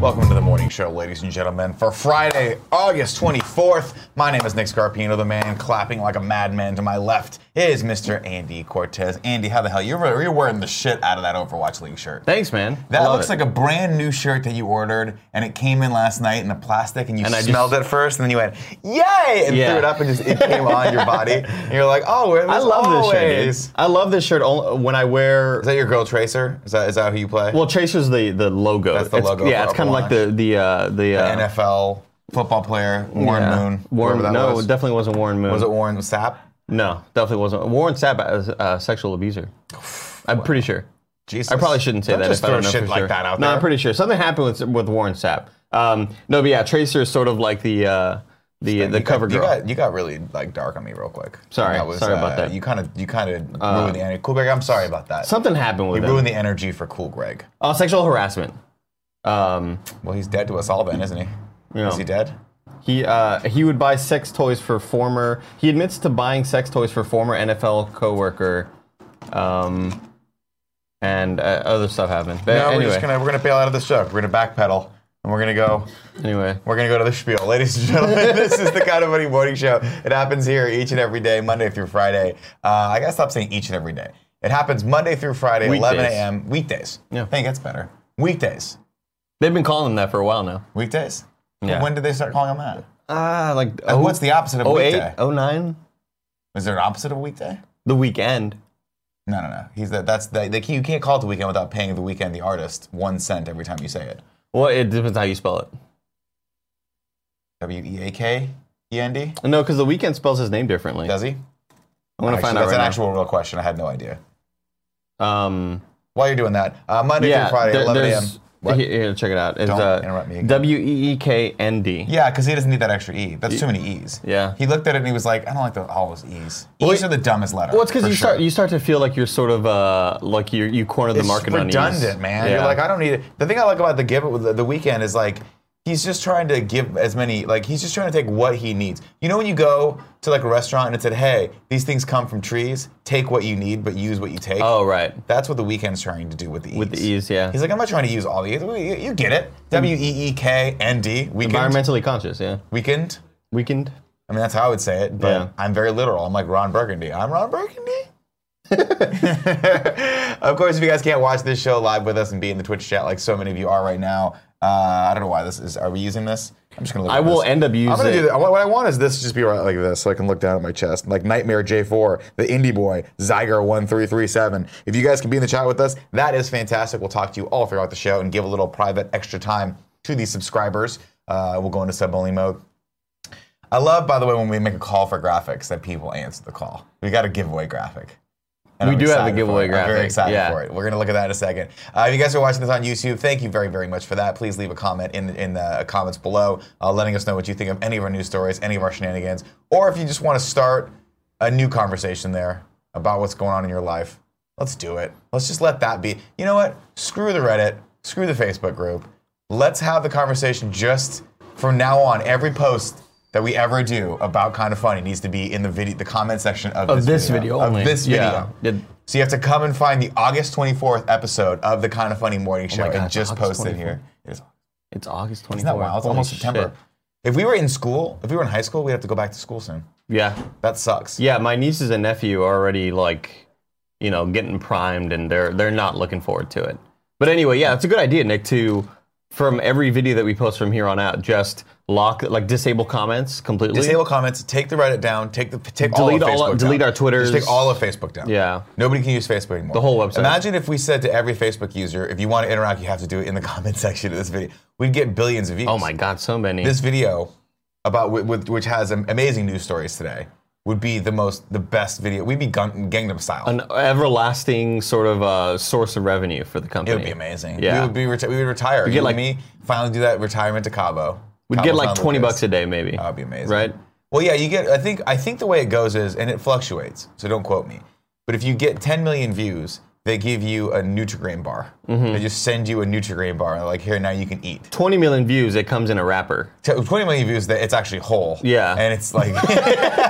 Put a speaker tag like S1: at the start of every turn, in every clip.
S1: Welcome to the morning show, ladies and gentlemen, for Friday, August 24th. My name is Nick Scarpino, the man clapping like a madman to my left is Mr. Andy Cortez. Andy, how the hell? You're, you're wearing the shit out of that Overwatch League shirt.
S2: Thanks, man.
S1: That
S2: I love
S1: looks
S2: it.
S1: like a brand new shirt that you ordered, and it came in last night in a plastic, and you
S2: And I
S1: smelled it first, and then you went, "Yay!" and
S2: Yeah.
S1: threw it up, and just it came on your body. And you're like, "Oh, where
S2: I love
S1: always.
S2: this shirt. Dude. I love this shirt only when I wear.
S1: Is that your girl Tracer? Is that is that who you play?
S2: Well, Tracer's the the logo.
S1: That's the
S2: It's-
S1: logo
S2: Yeah,
S1: for
S2: it's kind of like the the uh, the, uh,
S1: NFL football player Warren
S2: yeah.
S1: Moon.
S2: Warren,
S1: whoever that
S2: no,
S1: was.
S2: definitely wasn't Warren Moon.
S1: was it Warren Sapp?
S2: No, definitely wasn't. Warren Sapp is a sexual abuser. I'm pretty sure.
S1: Jesus,
S2: I probably shouldn't say
S1: Don't
S2: that.
S1: Just
S2: if I
S1: throw
S2: don't know
S1: shit
S2: for
S1: like
S2: sure.
S1: that out
S2: no,
S1: there.
S2: I'm pretty sure something happened with with Warren Sapp. Um, no, but yeah, Tracer is sort of like the uh, the the
S1: You
S2: cover
S1: got,
S2: girl.
S1: You got, you got really like dark on me real quick.
S2: Sorry,
S1: That was,
S2: sorry about
S1: uh,
S2: that. Uh,
S1: You kind of you kind of ruined the energy. Cool, Greg. I'm sorry about that.
S2: something happened with
S1: you
S2: him.
S1: ruined the energy for Cool Greg.
S2: oh, sexual harassment. Um,
S1: Well, he's dead to us all then, isn't he?
S2: Yeah.
S1: Is he dead?
S2: He uh, he would buy sex toys for former. He admits to buying sex toys for former NFL coworker, um, and uh, other stuff happened. But
S1: No, we're
S2: anyway,
S1: just gonna we're gonna bail out of the show. We're gonna backpedal and we're gonna go
S2: anyway,
S1: we're gonna go to the spiel, ladies and gentlemen. this is the kind of money morning show. It happens here each and every day, Monday through Friday. Uh, I gotta stop saying each and every day. It happens Monday through Friday, 11
S2: Weekdays.
S1: a.m. weekdays.
S2: Yeah.
S1: I think that's better. Weekdays.
S2: they've been calling them that for a while now.
S1: Weekdays.
S2: Yeah.
S1: When did they start calling them that?
S2: Ah, like
S1: Uh, what's the opposite of
S2: oh eight
S1: weekday?
S2: oh nine?
S1: Is there an opposite of weekday?
S2: The weekend.
S1: No, no, no. He's that. That's the, they, you can't call it the weekend without paying the weekend the artist one cent every time you say it.
S2: Well, it depends how you spell it.
S1: W e a k e n d.
S2: No, because the weekend spells his name differently.
S1: Does he?
S2: I want to
S1: Actually,
S2: find out
S1: that's
S2: right
S1: an
S2: now.
S1: actual real question. I had no idea.
S2: um,
S1: While you're doing that, uh, Monday
S2: yeah,
S1: through Friday,
S2: there-
S1: 11 a.m.
S2: there's-
S1: What?
S2: Here, here, check it out. It's,
S1: Don't
S2: uh,
S1: interrupt me again.
S2: W e e k n d.
S1: Yeah, because he doesn't need that extra e. That's too many e's.
S2: Yeah.
S1: He looked at it and he was like, I don't like the, all those e's. E's
S2: it-
S1: are the dumbest letter.
S2: Well, it's because
S1: for
S2: you
S1: sure.
S2: start you start to feel like you're sort of uh, like you you cornered the
S1: It's
S2: market on ease.
S1: redundant, man. You're
S2: Yeah.
S1: like, I don't need it. The thing I like about the give it the, the weekend is like he's just trying to give as many like he's just trying to take what he needs. You know when you go to like a restaurant and it said, "Hey, these things come from trees. Take what you need, but use what you take."
S2: oh right,
S1: That's what the weekend's trying to do with the ease.
S2: with the Mm-hmm. ease, yeah.
S1: He's like, I'm not trying to use all the ease. You you get it. W E E K N D. Weekend.
S2: Environmentally conscious, yeah.
S1: Weekend.
S2: Weekend.
S1: I mean, that's how I would say it, but
S2: Yeah.
S1: I'm very literal. I'm like Ron Burgundy. I'm Ron Burgundy. of course, if you guys can't watch this show live with us and be in the Twitch chat like so many of you are right now, uh, I don't know why this is. Are we using this? I'm just gonna. Look
S2: I
S1: at
S2: will
S1: this.
S2: end up
S1: I'm gonna
S2: using-
S1: do that. What what I want is this to just be right like this, so I can look down at my chest, like Nightmare J4, the Indie Boy, Zygar one three three seven. If you guys can be in the chat with us, that is fantastic. We'll talk to you all throughout the show and give a little private extra time to the subscribers. Uh, we'll go into sub only mode. I love, by the way, when we make a call for graphics that people answer the call. We got a giveaway graphic. And
S2: We do have a
S1: excited for
S2: giveaway
S1: it. I'm
S2: graphic,
S1: very excited
S2: yeah.
S1: for it. We're gonna look at that in a second. Uh, if you guys are watching this on YouTube, thank you very, very much for that. Please leave a comment in in the comments below, uh, letting us know what you think of any of our news stories, any of our shenanigans, or if you just want to start a new conversation there about what's going on in your life. Let's do it. Let's just let that be. You know what? Screw the Reddit. Screw the Facebook group. Let's have the conversation just from now on. Every post that we ever do about kind of funny needs to be in the video, the comment section of,
S2: Of this video only.
S1: Of this
S2: Yeah.
S1: video.
S2: Did-
S1: So you have to come and find the August 24th episode of the Kind of Funny Morning Show
S2: Oh God,
S1: and
S2: it's
S1: just
S2: August
S1: post it here. It is
S2: It's August 24th.
S1: not wild. It's
S2: Holy
S1: almost September.
S2: shit.
S1: If we were in school, if we were in high school, we'd have to go back to school soon.
S2: Yeah,
S1: That sucks.
S2: yeah. My nieces and nephew are already like, you know, getting primed, and they're they're not looking forward to it. But anyway, yeah, it's a good idea, Nick. To from every video that we post from here on out, just lock like disable comments completely.
S1: Disable comments. Take the Reddit down. Take the take
S2: Delete
S1: all of
S2: all-
S1: Facebook down.
S2: delete our Twitters.
S1: Just take all of Facebook down.
S2: Yeah.
S1: Nobody can use Facebook anymore. The
S2: whole website.
S1: Imagine if we said to every Facebook user, if you want to interact, you have to do it in the comment section of this video. We'd get billions of views.
S2: Oh my God, so many.
S1: This video about whi- with, which has am- amazing news stories today would be the most the best video. We'd be gun- Gangnam Style.
S2: an everlasting sort of uh, source of revenue for the company.
S1: it would be amazing.
S2: Yeah.
S1: We would be reti- we would retire. You
S2: get
S1: and
S2: like-
S1: me finally do that retirement to Cabo.
S2: We'd get like 20 bucks a day, maybe.
S1: That'd be amazing.
S2: Right?
S1: Well, yeah, you get. I think I think the way it goes is, and it fluctuates. So don't quote me. But if you get 10 million views, they give you a Nutrigrain bar.
S2: Mm-hmm.
S1: They just send you a Nutrigrain bar, and they're like, here now you can eat.
S2: 20 million views, it comes in a wrapper.
S1: T- 20 million views, that it's actually whole.
S2: Yeah.
S1: And it's like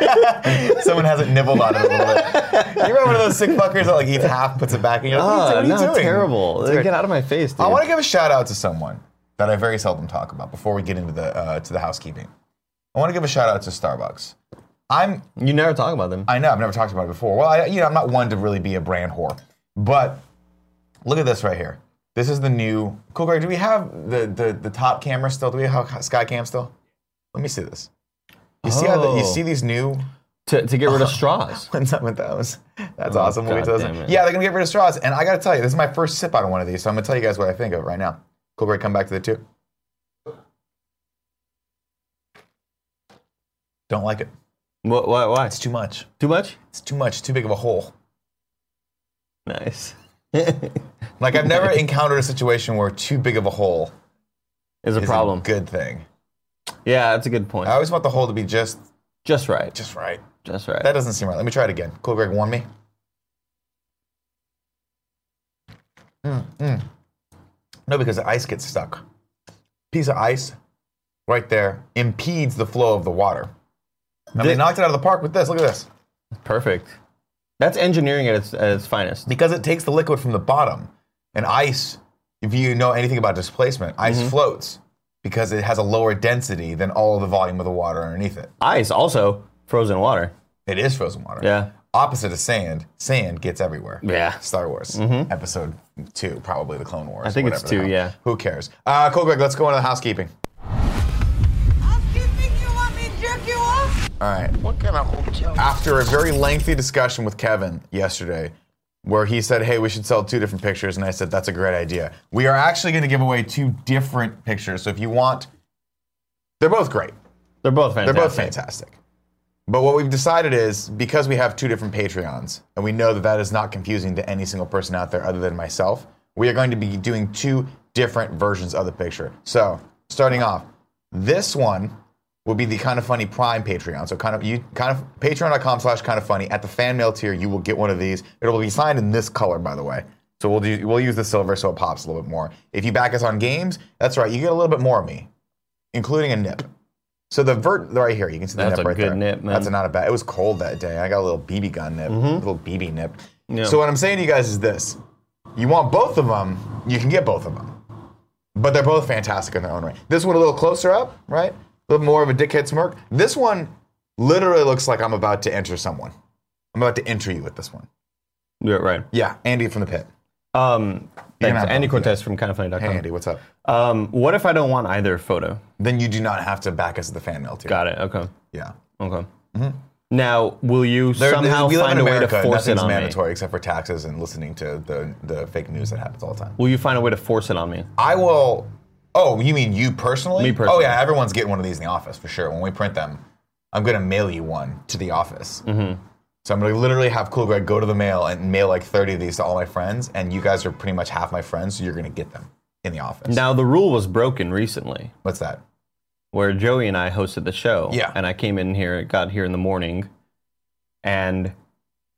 S1: someone hasn't nibbled on it a little bit. You remember one of those sick fuckers that like eats half, puts it back, and you're like, what are you
S2: Ah, no,
S1: doing?
S2: terrible.
S1: It's great.
S2: Get out of my face, dude.
S1: I want to give a shout out to someone that I very seldom talk about before we get into the uh, to the housekeeping. I want to give a shout out to Starbucks. I'm
S2: You never talk about them.
S1: I know I've never talked about it before. Well, I, you know I'm not one to really be a brand whore, but look at this right here. This is the new cool. Greg, do we have the, the the top camera still? Do we have Skycam still? Let me see this. You see how the, you
S2: Oh.
S1: see these new
S2: to, to get rid of straws.
S1: ones up with those. That's awesome. We'll get to
S2: Oh, God
S1: those.
S2: damn it.
S1: Yeah, they're gonna get rid of straws. And I gotta tell you, this is my first sip out of one of these, so I'm gonna tell you guys what I think of it right now. Cool, Greg, come back to the two. Don't like it.
S2: What, why? Why?
S1: It's too much.
S2: Too much?
S1: It's too much. Too big of a hole.
S2: Nice. is
S1: Like I've never encountered a situation where too big of a hole
S2: a
S1: is
S2: problem.
S1: a good Uh, thing.
S2: yeah, that's a good point.
S1: I always want the hole to be just
S2: just right. Just,
S1: just right.
S2: right.
S1: That doesn't seem right. Let me try it again. Cool, Greg, warn me. Mm, mm. No, because the ice gets stuck. Piece of ice right there impedes the flow of the water. And they
S2: Thi-
S1: knocked it out of the park with this. Look at this.
S2: Perfect. That's engineering at its, at its finest.
S1: Because it takes the liquid from the bottom, and ice, if you know anything about displacement, ice
S2: Mm-hmm.
S1: floats because it has a lower density than all of the volume of the water underneath it.
S2: Ice also frozen water.
S1: It is frozen water.
S2: Yeah.
S1: Opposite of sand, sand gets everywhere.
S2: Yeah. Mm-hmm.
S1: Star Wars, episode two, probably the Clone Wars. I
S2: think it's two, yeah.
S1: Who cares? Uh, cool, Greg, let's go into the housekeeping.
S3: Off, you think you want me to jerk you off?
S1: All right. What kind of hotel? After a very lengthy discussion with Kevin yesterday, where he said, hey, we should sell two different pictures, and I said, that's a great idea. We are actually going to give away two different pictures. So if you want, they're both great.
S2: They're both fantastic.
S1: They're both fantastic. But what we've decided is because we have two different Patreons, and we know that that is not confusing to any single person out there other than myself, we are going to be doing two different versions of the picture. So, starting off, this one will be the kind of funny prime patreon so kind of you kind of patreon.com slash kind of funny at the fan mail tier you will get one of these it'll be signed in this color by the way so we'll do we'll use the silver so it pops a little bit more if you back us on games that's right you get a little bit more of me including a nip so the vert right here, you can see the
S2: That's
S1: nip
S2: a
S1: right
S2: good
S1: there.
S2: nip, man. Mm-hmm.
S1: That's not a bad. It was cold that day. I got a little BB gun nip, a little BB nip. So what I'm saying to you guys is this: you want both of them, you can get both of them, but they're both fantastic in their own way. This one a little closer up, right? A little more of a dickhead smirk. This one literally looks like I'm about to enter someone. I'm about to enter you with this one.
S2: Yeah, right.
S1: Yeah, Andy from the pit.
S2: Um, thanks.
S1: have
S2: Andy
S1: both, yeah.
S2: Cortez from kindoffunny.com.
S1: Hey, Andy, what's up?
S2: Um, what if I don't want either photo?
S1: Then you do not have to back us at the fan mail too.
S2: Got it. Okay.
S1: Yeah.
S2: Okay. Now, will you
S1: Mm-hmm. There-
S2: somehow
S1: we live
S2: find
S1: in
S2: a way to
S1: America,
S2: force it
S1: nothing's
S2: on me?
S1: mandatory except for taxes and listening to the, the fake news that happens all the time.
S2: Will you find a way to force it on me?
S1: I will. Oh, you mean you personally?
S2: Me
S1: Oh
S2: personally.
S1: yeah, everyone's getting one of these in the office for sure. When we print them, I'm gonna mail you one to the office.
S2: Mm-hmm.
S1: So I'm gonna literally have Cool Greg go to the mail and mail like 30 of these to all my friends, and you guys are pretty much half my friends, so you're gonna get them in the office.
S2: Now, the rule was broken recently.
S1: What's that?
S2: where Joey and I hosted the show.
S1: Yeah.
S2: And I came in here, got here in the morning, and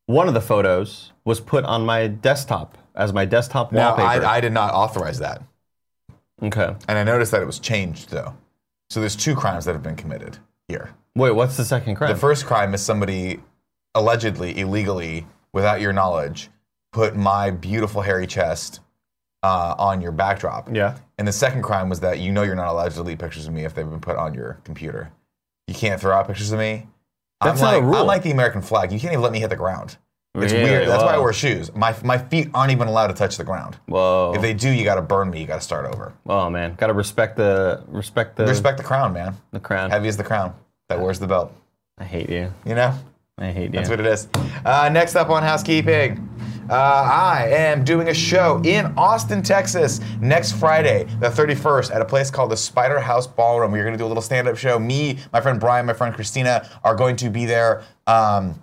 S2: one of the photos was put on my desktop as my desktop
S1: No,
S2: wallpaper.
S1: I, I did not authorize that,
S2: okay.
S1: and I noticed that it was changed though. So there's two crimes that have been committed here.
S2: Wait, what's the second crime?
S1: The first crime is somebody allegedly, illegally, without your knowledge, put my beautiful hairy chest uh, on your backdrop.
S2: yeah.
S1: And the second crime was that you know you're not allowed to delete pictures of me if they've been put on your computer. You can't throw out pictures of me.
S2: That's
S1: I'm
S2: not a
S1: like, I'm
S2: rule.
S1: like the American flag. You can't even let me hit the ground. It's
S2: Really?
S1: weird. That's why I
S2: Wow.
S1: wear shoes. My, my feet aren't even allowed to touch the ground.
S2: Whoa.
S1: If they do, you got to burn me. You got to start over.
S2: oh man, gotta respect the respect the
S1: Respect the crown, man.
S2: the crown.
S1: Heavy is the crown that wears the belt.
S2: I hate you.
S1: You know?
S2: I hate you.
S1: That's what it is. Uh, next up on housekeeping. Uh, I am doing a show in Austin, Texas, next Friday, the 31st, at a place called the Spider House Ballroom. We're going to do a little stand-up show. Me, my friend Brian, my friend Christina are going to be there. Um,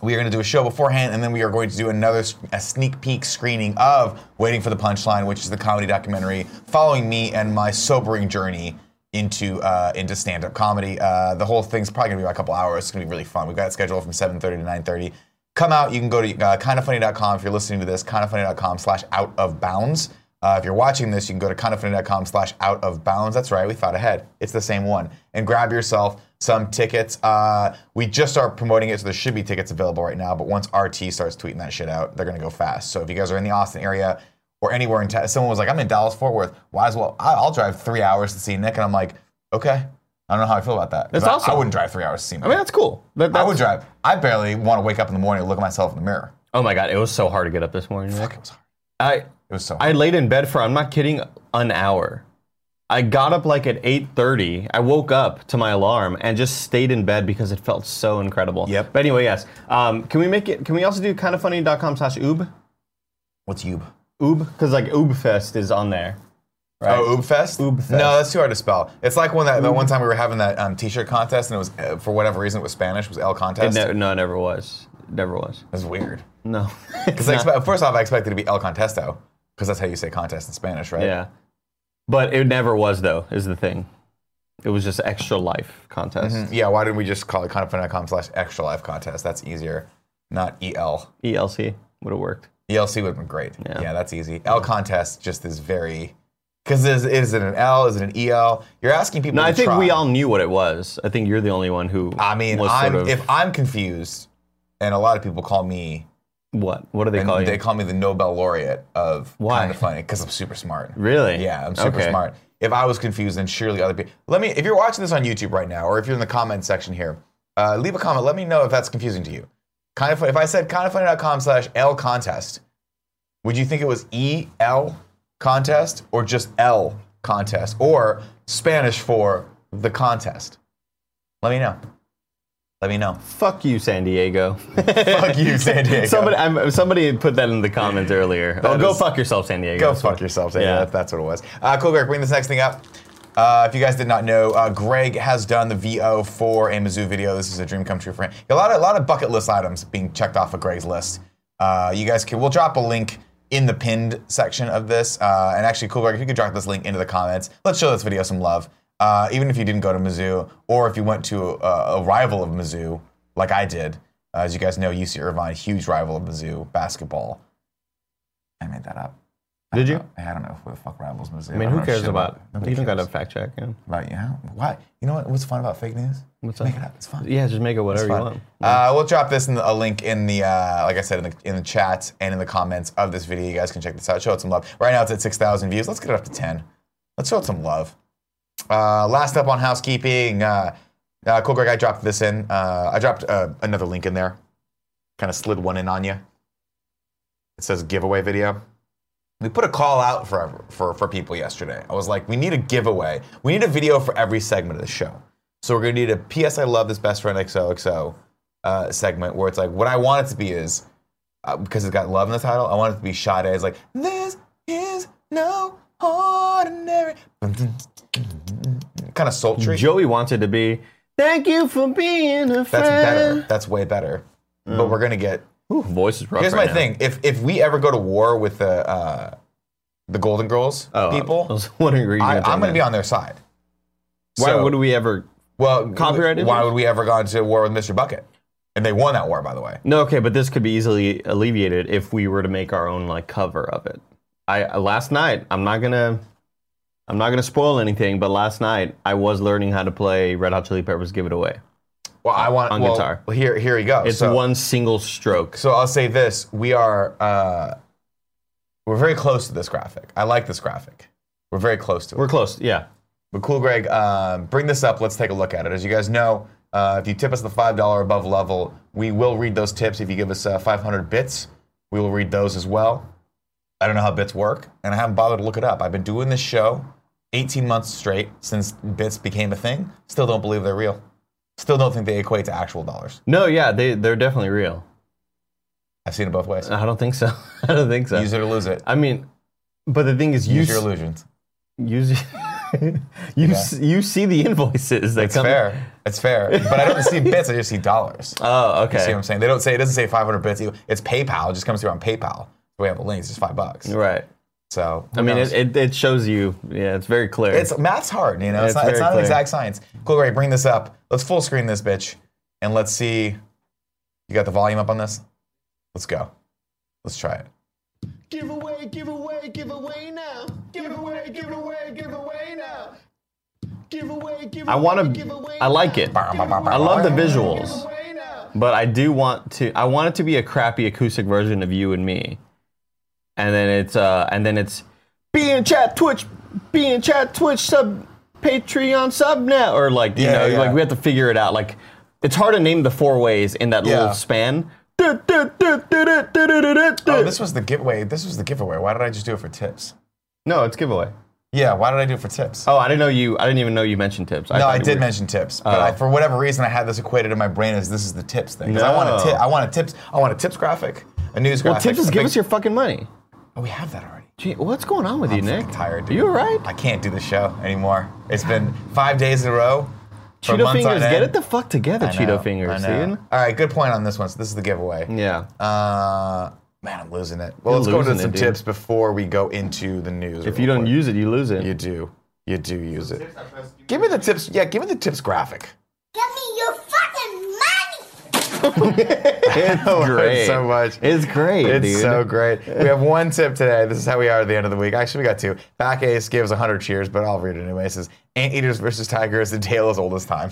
S1: we are going to do a show beforehand, and then we are going to do another s- a sneak peek screening of Waiting for the Punchline, which is the comedy documentary following me and my sobering journey into uh, into stand up comedy. Uh, the whole thing's probably going to be about a couple hours. It's going to be really fun. We've got it scheduled from 7:30 to 9:30. Come out. You can go to uh, kindoffunny.com if you're listening to this. Kindoffunny.com slash out of bounds. Uh, if you're watching this, you can go to kindoffunny.com slash out of bounds. That's right, we thought ahead. It's the same one. And grab yourself some tickets. Uh, we just are promoting it, so there should be tickets available right now. But once RT starts tweeting that shit out, they're going to go fast. So if you guys are in the Austin area or anywhere in town. Someone was like, I'm in Dallas, Fort Worth. Why as well? I- I'll drive three hours to see Nick. And I'm like, okay. I don't know how I feel about that. 'Cause
S2: That's
S1: I,
S2: awesome.
S1: I wouldn't drive three hours to see Nick.
S2: I mean, that's cool. That,
S1: I
S2: that's-
S1: would drive. I barely want to wake up in the morning and look at myself in the mirror.
S2: Oh my god, it was so hard to get up this morning. Rick.
S1: It was hard.
S2: I
S1: It was so hard.
S2: I laid in bed for I'm not kidding an hour. I got up like at 8:30. I woke up to my alarm and just stayed in bed because it felt so incredible.
S1: Yep.
S2: But anyway, yes. Um, can we make it? Can we also do kindoffunny.com slash oob
S1: What's Ube?
S2: oob because like oobfest is on there. Right.
S1: Oh, Oobfest?
S2: Oobfest.
S1: No, that's too hard to spell. It's like when that, that one time we were having that um, t-shirt contest, and it was uh, for whatever reason it was Spanish. It was El
S2: It
S1: Contest.
S2: ne- no, it never was. It never was.
S1: That's weird.
S2: No.
S1: Because expe- first off, I expected it to be El Contesto, because that's how you say contest in Spanish, right?
S2: yeah. But it never was though. Is the thing. It was just extra life contest.
S1: Mm, Yeah. Why didn't we just call it kindoffunny.com slash extra life contest? That's easier. Not E EL.
S2: ELC would have worked.
S1: ELC would have been great. Yeah,
S2: Yeah.
S1: that's easy. L contest just is very because is, is it an L? Is it an EL? You're asking people.
S2: No,
S1: to
S2: I think
S1: try.
S2: we all knew what it was. I think you're the only one who.
S1: I mean,
S2: was
S1: I'm,
S2: sort of,
S1: if I'm confused, and a lot of people call me,
S2: what? What do they
S1: and
S2: call you?
S1: they call me the Nobel laureate of
S2: Why?
S1: kind of funny because I'm super smart.
S2: really?
S1: Yeah, I'm super
S2: Okay.
S1: smart. If I was confused, then surely other people. Let me. If you're watching this on YouTube right now, or if you're in the comment section here, uh, leave a comment. Let me know if that's confusing to you. Kind of. Funny, if I said kindoffunny.com slash L contest, would you think it was E L contest or just L contest or Spanish for the contest? Let me know. Let me know.
S2: Fuck you, San Diego.
S1: Fuck you, San Diego.
S2: somebody, I'm, somebody put that in the comments earlier. Oh, go
S1: is-
S2: fuck yourself, San Diego.
S1: Go
S2: That's
S1: fuck
S2: what-
S1: yourself. Zane.
S2: Yeah.
S1: That- that's what it was. Uh, cool, Greg. Bring this next thing up. Uh, if you guys did not know, uh, Greg has done the VO for a Mizzou video. This is a dream come true for him. A lot of a lot of bucket list items being checked off of Greg's list. Uh, you guys can. We'll drop a link in the pinned section of this. Uh, and actually, cool, Greg, if you could drop this link into the comments, let's show this video some love. Uh, even if you didn't go to Mizzou, or if you went to a, a rival of Mizzou, like I did, uh, as you guys know, UC Irvine, huge rival of Mizzou basketball. I made that up.
S2: Did you?
S1: I don't know who the fuck rivals Mizzou.
S2: I mean,
S1: don't
S2: who
S1: know
S2: cares
S1: shit
S2: about?
S1: Nobody
S2: You don't
S1: cares
S2: gotta fact check. Yeah.
S1: about you. How- Why? You know what? What's fun about fake news?
S2: What's
S1: Make
S2: that?
S1: it up. It's fun.
S2: Yeah, just make it whatever you
S1: Fun.
S2: want.
S1: Uh, we'll drop this in the, a link in the uh, like I said in the in the chat and in the comments of this video. You guys can check this out. Show it some love. Right now it's at six thousand views. Let's get it up to ten. Let's show it some love. Uh, last up on housekeeping. Uh, uh, cool, Greg. I dropped this in. Uh, I dropped uh, another link in there. Kind of slid one in on you. It says giveaway video. We put a call out for, for, for people yesterday. I was like, we need a giveaway. We need a video for every segment of the show. So we're going to need a PS I Love This Best Friend XOXO uh, segment where it's like, what I want it to be is, uh, because it's got love in the title, I want it to be Sade. It's like, this is no ordinary. Kind of sultry.
S2: Joey wants it to be. Thank you for being a friend.
S1: That's better. That's way better. But we're going to get
S2: Ooh, voice is rough.
S1: Here's my
S2: right now.
S1: thing: if if we ever go to war with the uh, the Golden Girls
S2: Oh, I
S1: people,
S2: was wondering. where you were
S1: I, I'm
S2: gonna take
S1: going to
S2: that.
S1: be on their side.
S2: Why
S1: So-
S2: would we ever?
S1: Well,
S2: Copyright
S1: Why
S2: issues?
S1: would we ever go into war with Mr. Bucket? And they won that war, by the way.
S2: No, okay, but this could be easily alleviated if we were to make our own like cover of it. I last night, I'm not gonna, I'm not gonna spoil anything, but last night I was learning how to play Red Hot Chili Peppers "Give It Away."
S1: Well, I want
S2: On
S1: well,
S2: guitar.
S1: Well, here here you go.
S2: It's
S1: so,
S2: one single stroke.
S1: So I'll say this: we are uh, we're very close to this graphic. I like this graphic. We're very close to it.
S2: We're close. Yeah,
S1: But cool, Greg, um, bring this up. Let's take a look at it. As you guys know, uh, if you tip us the $5 above level, we will read those tips. If you give us uh, 500 bits, we will read those as well. I don't know how bits work, and I haven't bothered to look it up. I've been doing this show 18 months straight since bits became a thing. Still don't believe they're real. Still don't think they equate to actual dollars.
S2: no, yeah, they they're definitely real.
S1: I've seen it both ways.
S2: I don't think so. I don't think so.
S1: Use it or lose it.
S2: Uh, I mean, but the thing is, you
S1: Use your
S2: s-
S1: illusions.
S2: use you s- you see the invoices that
S1: It's
S2: come.
S1: fair. It's fair. But I don't see bits, I just see dollars. See
S2: Oh,
S1: what
S2: okay,
S1: I'm saying? They don't say it doesn't say 500 bits. It's PayPal. It just comes through on PayPal. We have a link. It's just five bucks.
S2: right.
S1: So
S2: I mean, it, it, it shows you. Yeah, it's very clear.
S1: it's math's hard. You know, it's,
S2: It's
S1: not, it's
S2: very
S1: not an
S2: clear.
S1: exact science. Cool, Ray. Bring this up. Let's full screen this bitch, and let's see. You got the volume up on this? Let's go. Let's try it.
S4: Give away, give away, give away now. Give away, give away, give away now. Give away, give away.
S2: I want
S4: give
S2: to.
S4: away
S2: I like
S4: now.
S2: it. I love the visuals,
S4: Away now.
S2: but I do want to. I want it to be a crappy acoustic version of "You and Me." and then it's uh, and then it's be in chat Twitch, be in chat Twitch sub Patreon sub now, or like you
S1: Yeah,
S2: know,
S1: yeah.
S2: like we have to figure it out. Like it's hard to name the four ways in that
S1: Yeah.
S2: little span.
S1: Oh, this was the giveaway. This was the giveaway. Why did I just do it for tips?
S2: No, it's giveaway.
S1: Yeah, why did I do it for tips?
S2: Oh, I didn't know you. I didn't even know you mentioned tips.
S1: no, I
S2: thought you
S1: did
S2: were- Oh.
S1: mention tips, but I, for whatever reason, I had this equated in my brain as this is the tips thing. 'Cause I want a
S2: No.
S1: tip. I want a tips. I want a tips graphic, a news
S2: Well,
S1: graphic.
S2: tips is
S1: a
S2: give
S1: big-
S2: us your fucking money.
S1: Oh, we have that already.
S2: Gee, what's going on with you, Nick?
S1: I'm tired. Dude.
S2: You all right?
S1: I can't do the show anymore. It's been five days in a row. for
S2: Cheeto
S1: months
S2: fingers,
S1: on
S2: get
S1: end.
S2: it the fuck together,
S1: I
S2: Cheeto
S1: know, I
S2: fingers,
S1: know.
S2: dude.
S1: All right, good point on this one. So this is the giveaway.
S2: Yeah.
S1: Uh, man, I'm losing it. Well,
S2: You're
S1: let's go into
S2: losing it,
S1: some
S2: dude.
S1: tips before we go into the news.
S2: if you don't use it, you lose it.
S1: you do, you do use it. Give me the tips. Yeah, give me the tips graphic.
S5: Give me your fucking money!
S2: it's
S1: It's so much.
S2: It's great,
S1: It's
S2: dude.
S1: so great. We have one tip today. This is how we are at the end of the week. Actually, we got two. Back Ace gives 100 cheers, but I'll read it anyway. It says, Anteaters versus Tiger is the tale as old as time.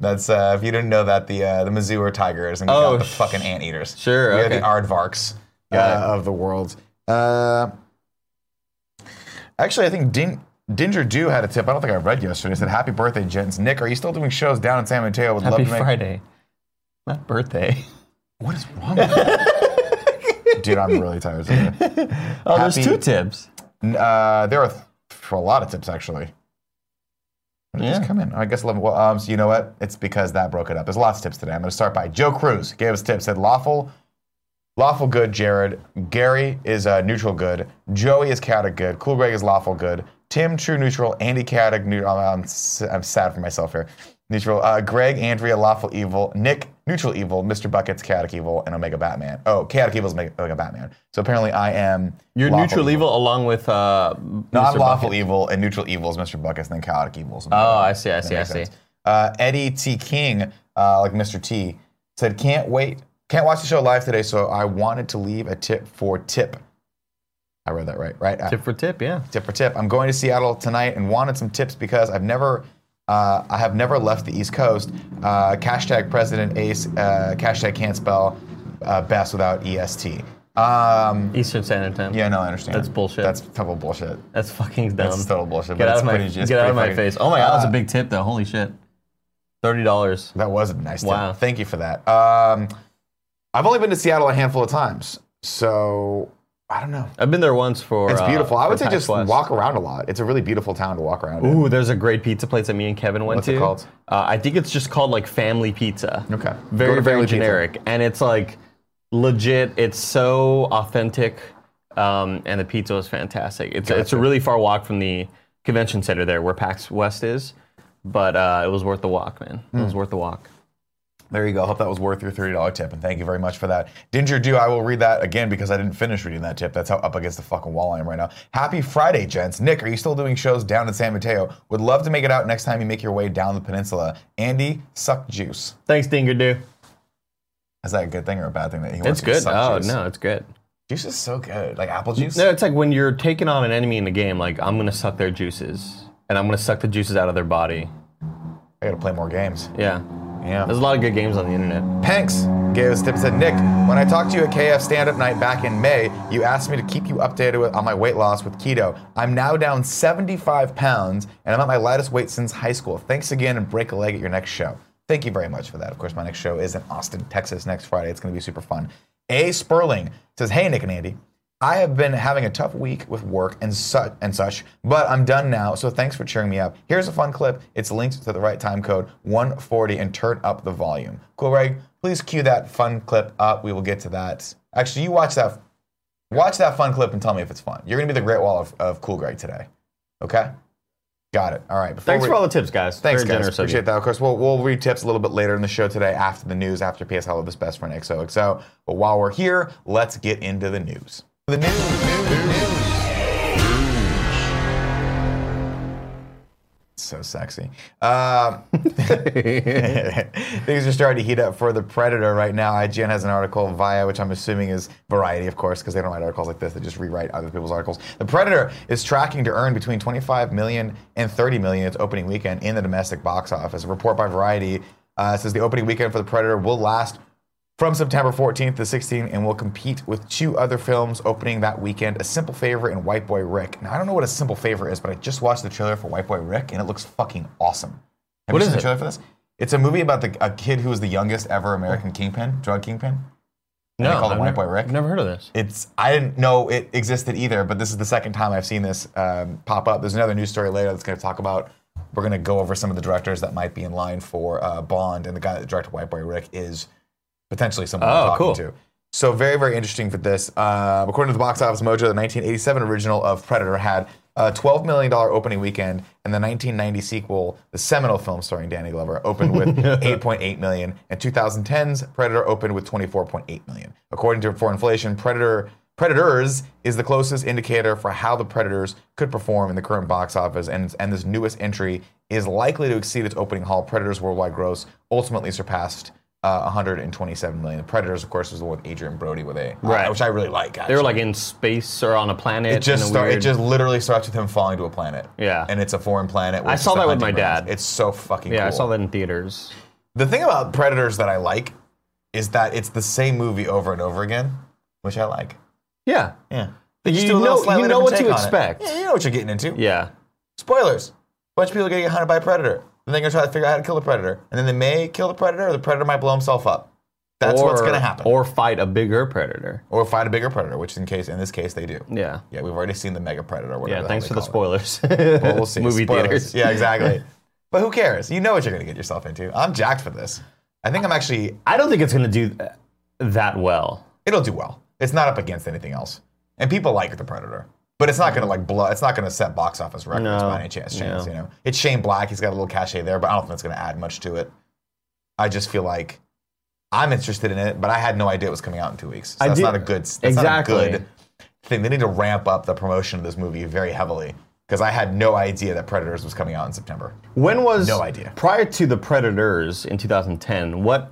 S1: That's, uh, if you didn't know that, the uh, the Mizzou are Tigers and we
S2: Oh,
S1: got the
S2: sh-
S1: fucking Anteaters.
S2: sure,
S1: We
S2: okay.
S1: are the Aardvarks uh,
S2: Got
S1: of the world. Uh, actually, I think Din- Dinger Dew had a tip. I don't think I read yesterday. It said, Happy birthday, gents. Nick, are you still doing shows down in San Mateo? Would
S2: Happy
S1: love to make
S2: Friday. Not birthday.
S1: What is wrong with you? Dude, I'm really tired today.
S2: Oh, there's
S1: Happy-
S2: two tips.
S1: N- Uh, there are th- for a lot of tips, actually. Where did
S2: Yeah.
S1: these come in? I guess 11. Well, um, so you know what? It's because that broke it up. There's lots of tips today. I'm going to start by Joe Cruz gave us tips. Said lawful, lawful good, Jared. Gary is uh, neutral good. Joey is chaotic good. Cool Greg is lawful good. Tim, true neutral. Andy, chaotic neutral. I'm, s- I'm sad for myself here. Neutral. Uh, Greg, Andrea, lawful evil. Nick, neutral evil. Mr. Bucket's chaotic evil. And Omega Batman. Oh, chaotic evil is Omega Omega Batman. So apparently I am.
S2: You're
S1: lawful
S2: neutral evil along with uh,
S1: no, I'm
S2: Mr.
S1: lawful
S2: Bucket.
S1: evil, and neutral evil is Mr. Buckets, and then chaotic evil is.
S2: Oh, I see, I
S1: That
S2: see, I
S1: makes
S2: see.
S1: sense. Uh, Eddie T. King, uh, like Mr. T, said, "Can't wait, can't watch the show live today, so I wanted to leave a tip for tip." I read that right, right? Uh,
S2: Tip for tip, yeah.
S1: tip for tip. I'm going to Seattle tonight and wanted some tips because I've never, uh, I have never left the East Coast. Uh, hashtag President Ace. Uh, hashtag can't spell uh, best without est. Um,
S2: Eastern Standard Time.
S1: yeah, no, I understand.
S2: That's bullshit.
S1: That's total bullshit.
S2: That's fucking dumb.
S1: That's total bullshit, but
S2: Get out
S1: it's
S2: of my,
S1: pretty- it's
S2: get out of my
S1: pretty fucking-
S2: face. Oh my god, that's
S1: Uh,
S2: a big tip though. Holy shit. Thirty dollars.
S1: That was a nice tip.
S2: Wow.
S1: Thank you for that. Um, I've only been to Seattle a handful of times, so I don't know.
S2: I've been there once for.
S1: It's
S2: uh,
S1: beautiful. I
S2: for
S1: would say
S2: PAX
S1: just
S2: West.
S1: walk around a lot. It's a really beautiful town to walk around. in.
S2: Ooh, there's a great pizza place that me and Kevin went
S1: What's it
S2: to.
S1: called?
S2: Uh, I think it's just called like Family Pizza.
S1: Okay. Go
S2: Very
S1: to
S2: very
S1: Family Pizza.
S2: generic, and it's like legit. It's so authentic, um, and the pizza is fantastic. It's it's a really far walk from the convention center there where PAX West is, but uh, it was worth the walk, man. It
S1: Hmm.
S2: was worth the walk.
S1: There you go. Hope that was worth your $30 tip, and thank you very much for that. Dinger Do, I will read that again because I didn't finish reading that tip. That's how up against the fucking wall I am right now. Happy Friday, gents. Nick, are you still doing shows down in San Mateo? Would love to make it out next time you make your way down the peninsula. Andy, suck juice.
S2: Thanks, Dinger Do.
S1: Is that a good thing or a bad thing that he wants
S2: It's
S1: me to
S2: good.
S1: suck
S2: Oh
S1: juice?
S2: no, it's good.
S1: Juice is so good. Like apple juice?
S2: No, it's like when you're taking on an enemy in the game. Like I'm gonna suck their juices, and I'm gonna suck the juices out of their body.
S1: I gotta play more games.
S2: Yeah,
S1: Yeah.
S2: there's a lot of good games on the internet.
S1: Panks gave us tips said, Nick, when I talked to you at KF stand up night back in May, you asked me to keep you updated with, on my weight loss with keto. I'm now down 75 pounds and I'm at my lightest weight since high school. Thanks again and break a leg at your next show. Thank you very much for that. Of course, my next show is in Austin, Texas next Friday. It's gonna be super fun. A Sperling says, Hey, Nick and Andy. I have been having a tough week with work and such and such, but I'm done now, so thanks for cheering me up. Here's a fun clip. It's linked to the right time code 140 and turn up the volume. Cool, Greg. Please cue that fun clip up. We will get to that. Actually, you watch that watch that fun clip and tell me if it's fun. You're gonna be the great wall of, of Cool Greg today. Okay? Got it. All right. before
S2: Thanks
S1: we-
S2: for all the tips, guys.
S1: Thanks, guys.
S2: Very generous of you.
S1: Appreciate that. Of course, we'll, we'll read tips a little bit later in the show today after the news, after PS Hello, this best friend XOXO. But while we're here, let's get into the news. The news. So sexy. Um, things are starting to heat up for the Predator right now. IGN has an article via, which I'm assuming is Variety, of course, because they don't write articles like this. They just rewrite other people's articles. The Predator is tracking to earn between 25 million and 30 million its opening weekend in the domestic box office. A report by Variety uh, says the opening weekend for the Predator will last from September 14th to 16th and will compete with two other films opening that weekend A Simple Favor and White Boy Rick. Now, I don't know what A Simple Favor is, but I just watched the trailer for White Boy Rick and it looks fucking awesome. Have you
S2: What is
S1: seen
S2: it?
S1: the trailer for this? It's a movie about the, a kid who was the youngest ever American kingpin, drug kingpin. And they called him White
S2: Oh. never,
S1: Boy Rick
S2: never heard of this.
S1: it's I didn't know it existed either, but this is the second time I've seen this um, pop up. There's another news story later that's going to talk about. We're going to go over some of the directors that might be in line for uh, Bond, and the guy that directed White Boy Rick is potentially someone
S2: Oh,
S1: I'm talking
S2: cool.
S1: to. So very, very interesting for this. Uh, according to the box office mojo, the 1987 original of Predator had a $12 million opening weekend, and the 1990 sequel, the seminal film starring Danny Glover, opened with 8.8 million, and 2010's Predator opened with 24.8 million. According to for inflation, Predator Predators is the closest indicator for how the Predators could perform in the current box office, and, and this newest entry is likely to exceed its opening haul. Predators worldwide gross ultimately surpassed uh, 127 million. The Predators, of course, was the one with Adrian Brody, where they,
S2: Right.
S1: which I really like.
S2: They were
S1: actually.
S2: like in space or on a planet.
S1: it just
S2: in a
S1: start, it
S2: weird-
S1: just literally starts with him falling to a planet.
S2: Yeah.
S1: and it's a foreign planet. with
S2: I saw
S1: just a
S2: that with
S1: hunting
S2: my
S1: grounds.
S2: dad.
S1: It's so fucking.
S2: yeah, I
S1: cool.
S2: saw that in theaters.
S1: The thing about Predators that I like is that it's the same movie over and over again, which I like.
S2: Yeah,
S1: Yeah.
S2: You
S1: just do a little
S2: know-
S1: slightly
S2: you know what
S1: different
S2: to
S1: take on it.
S2: expect.
S1: Yeah, you know what you're getting into.
S2: yeah.
S1: Spoilers. bunch of people are going to get hunted by a predator. Then they're going to try to figure out how to kill the predator. And then they may kill the predator or the predator might blow himself up. That's what's
S2: Or-
S1: going to happen. Or,
S2: Or fight a bigger predator.
S1: fight a bigger predator, which in case in this case they do.
S2: Yeah.
S1: Yeah, we've already seen the mega predator. Whatever
S2: Yeah,
S1: hell
S2: thanks
S1: they
S2: for the
S1: call it.
S2: spoilers.
S1: But we'll see.
S2: Movie
S1: Spoilers.
S2: theaters.
S1: Yeah, exactly. but who cares? You know what you're going to get yourself into. I'm jacked for this. I think I'm actually.
S2: I don't think it's going to do th- that well.
S1: It'll do well. It's not up against anything else, and people like the predator. But it's not going to like blow. It's not going to set box office records
S2: No.
S1: by any chance. chance
S2: No.
S1: You know, it's Shane Black. He's got a little cachet there, but I don't think it's going to add much to it. I just feel like I'm interested in it, but I had no idea it was coming out in two weeks. So
S2: I
S1: that's
S2: did-
S1: not a good. That's Not
S2: Exactly.
S1: a good thing. They need to ramp up the promotion of this movie very heavily because I had no idea that Predators was coming out in September.
S2: When was
S1: No idea.
S2: Prior to the Predators in 2010, what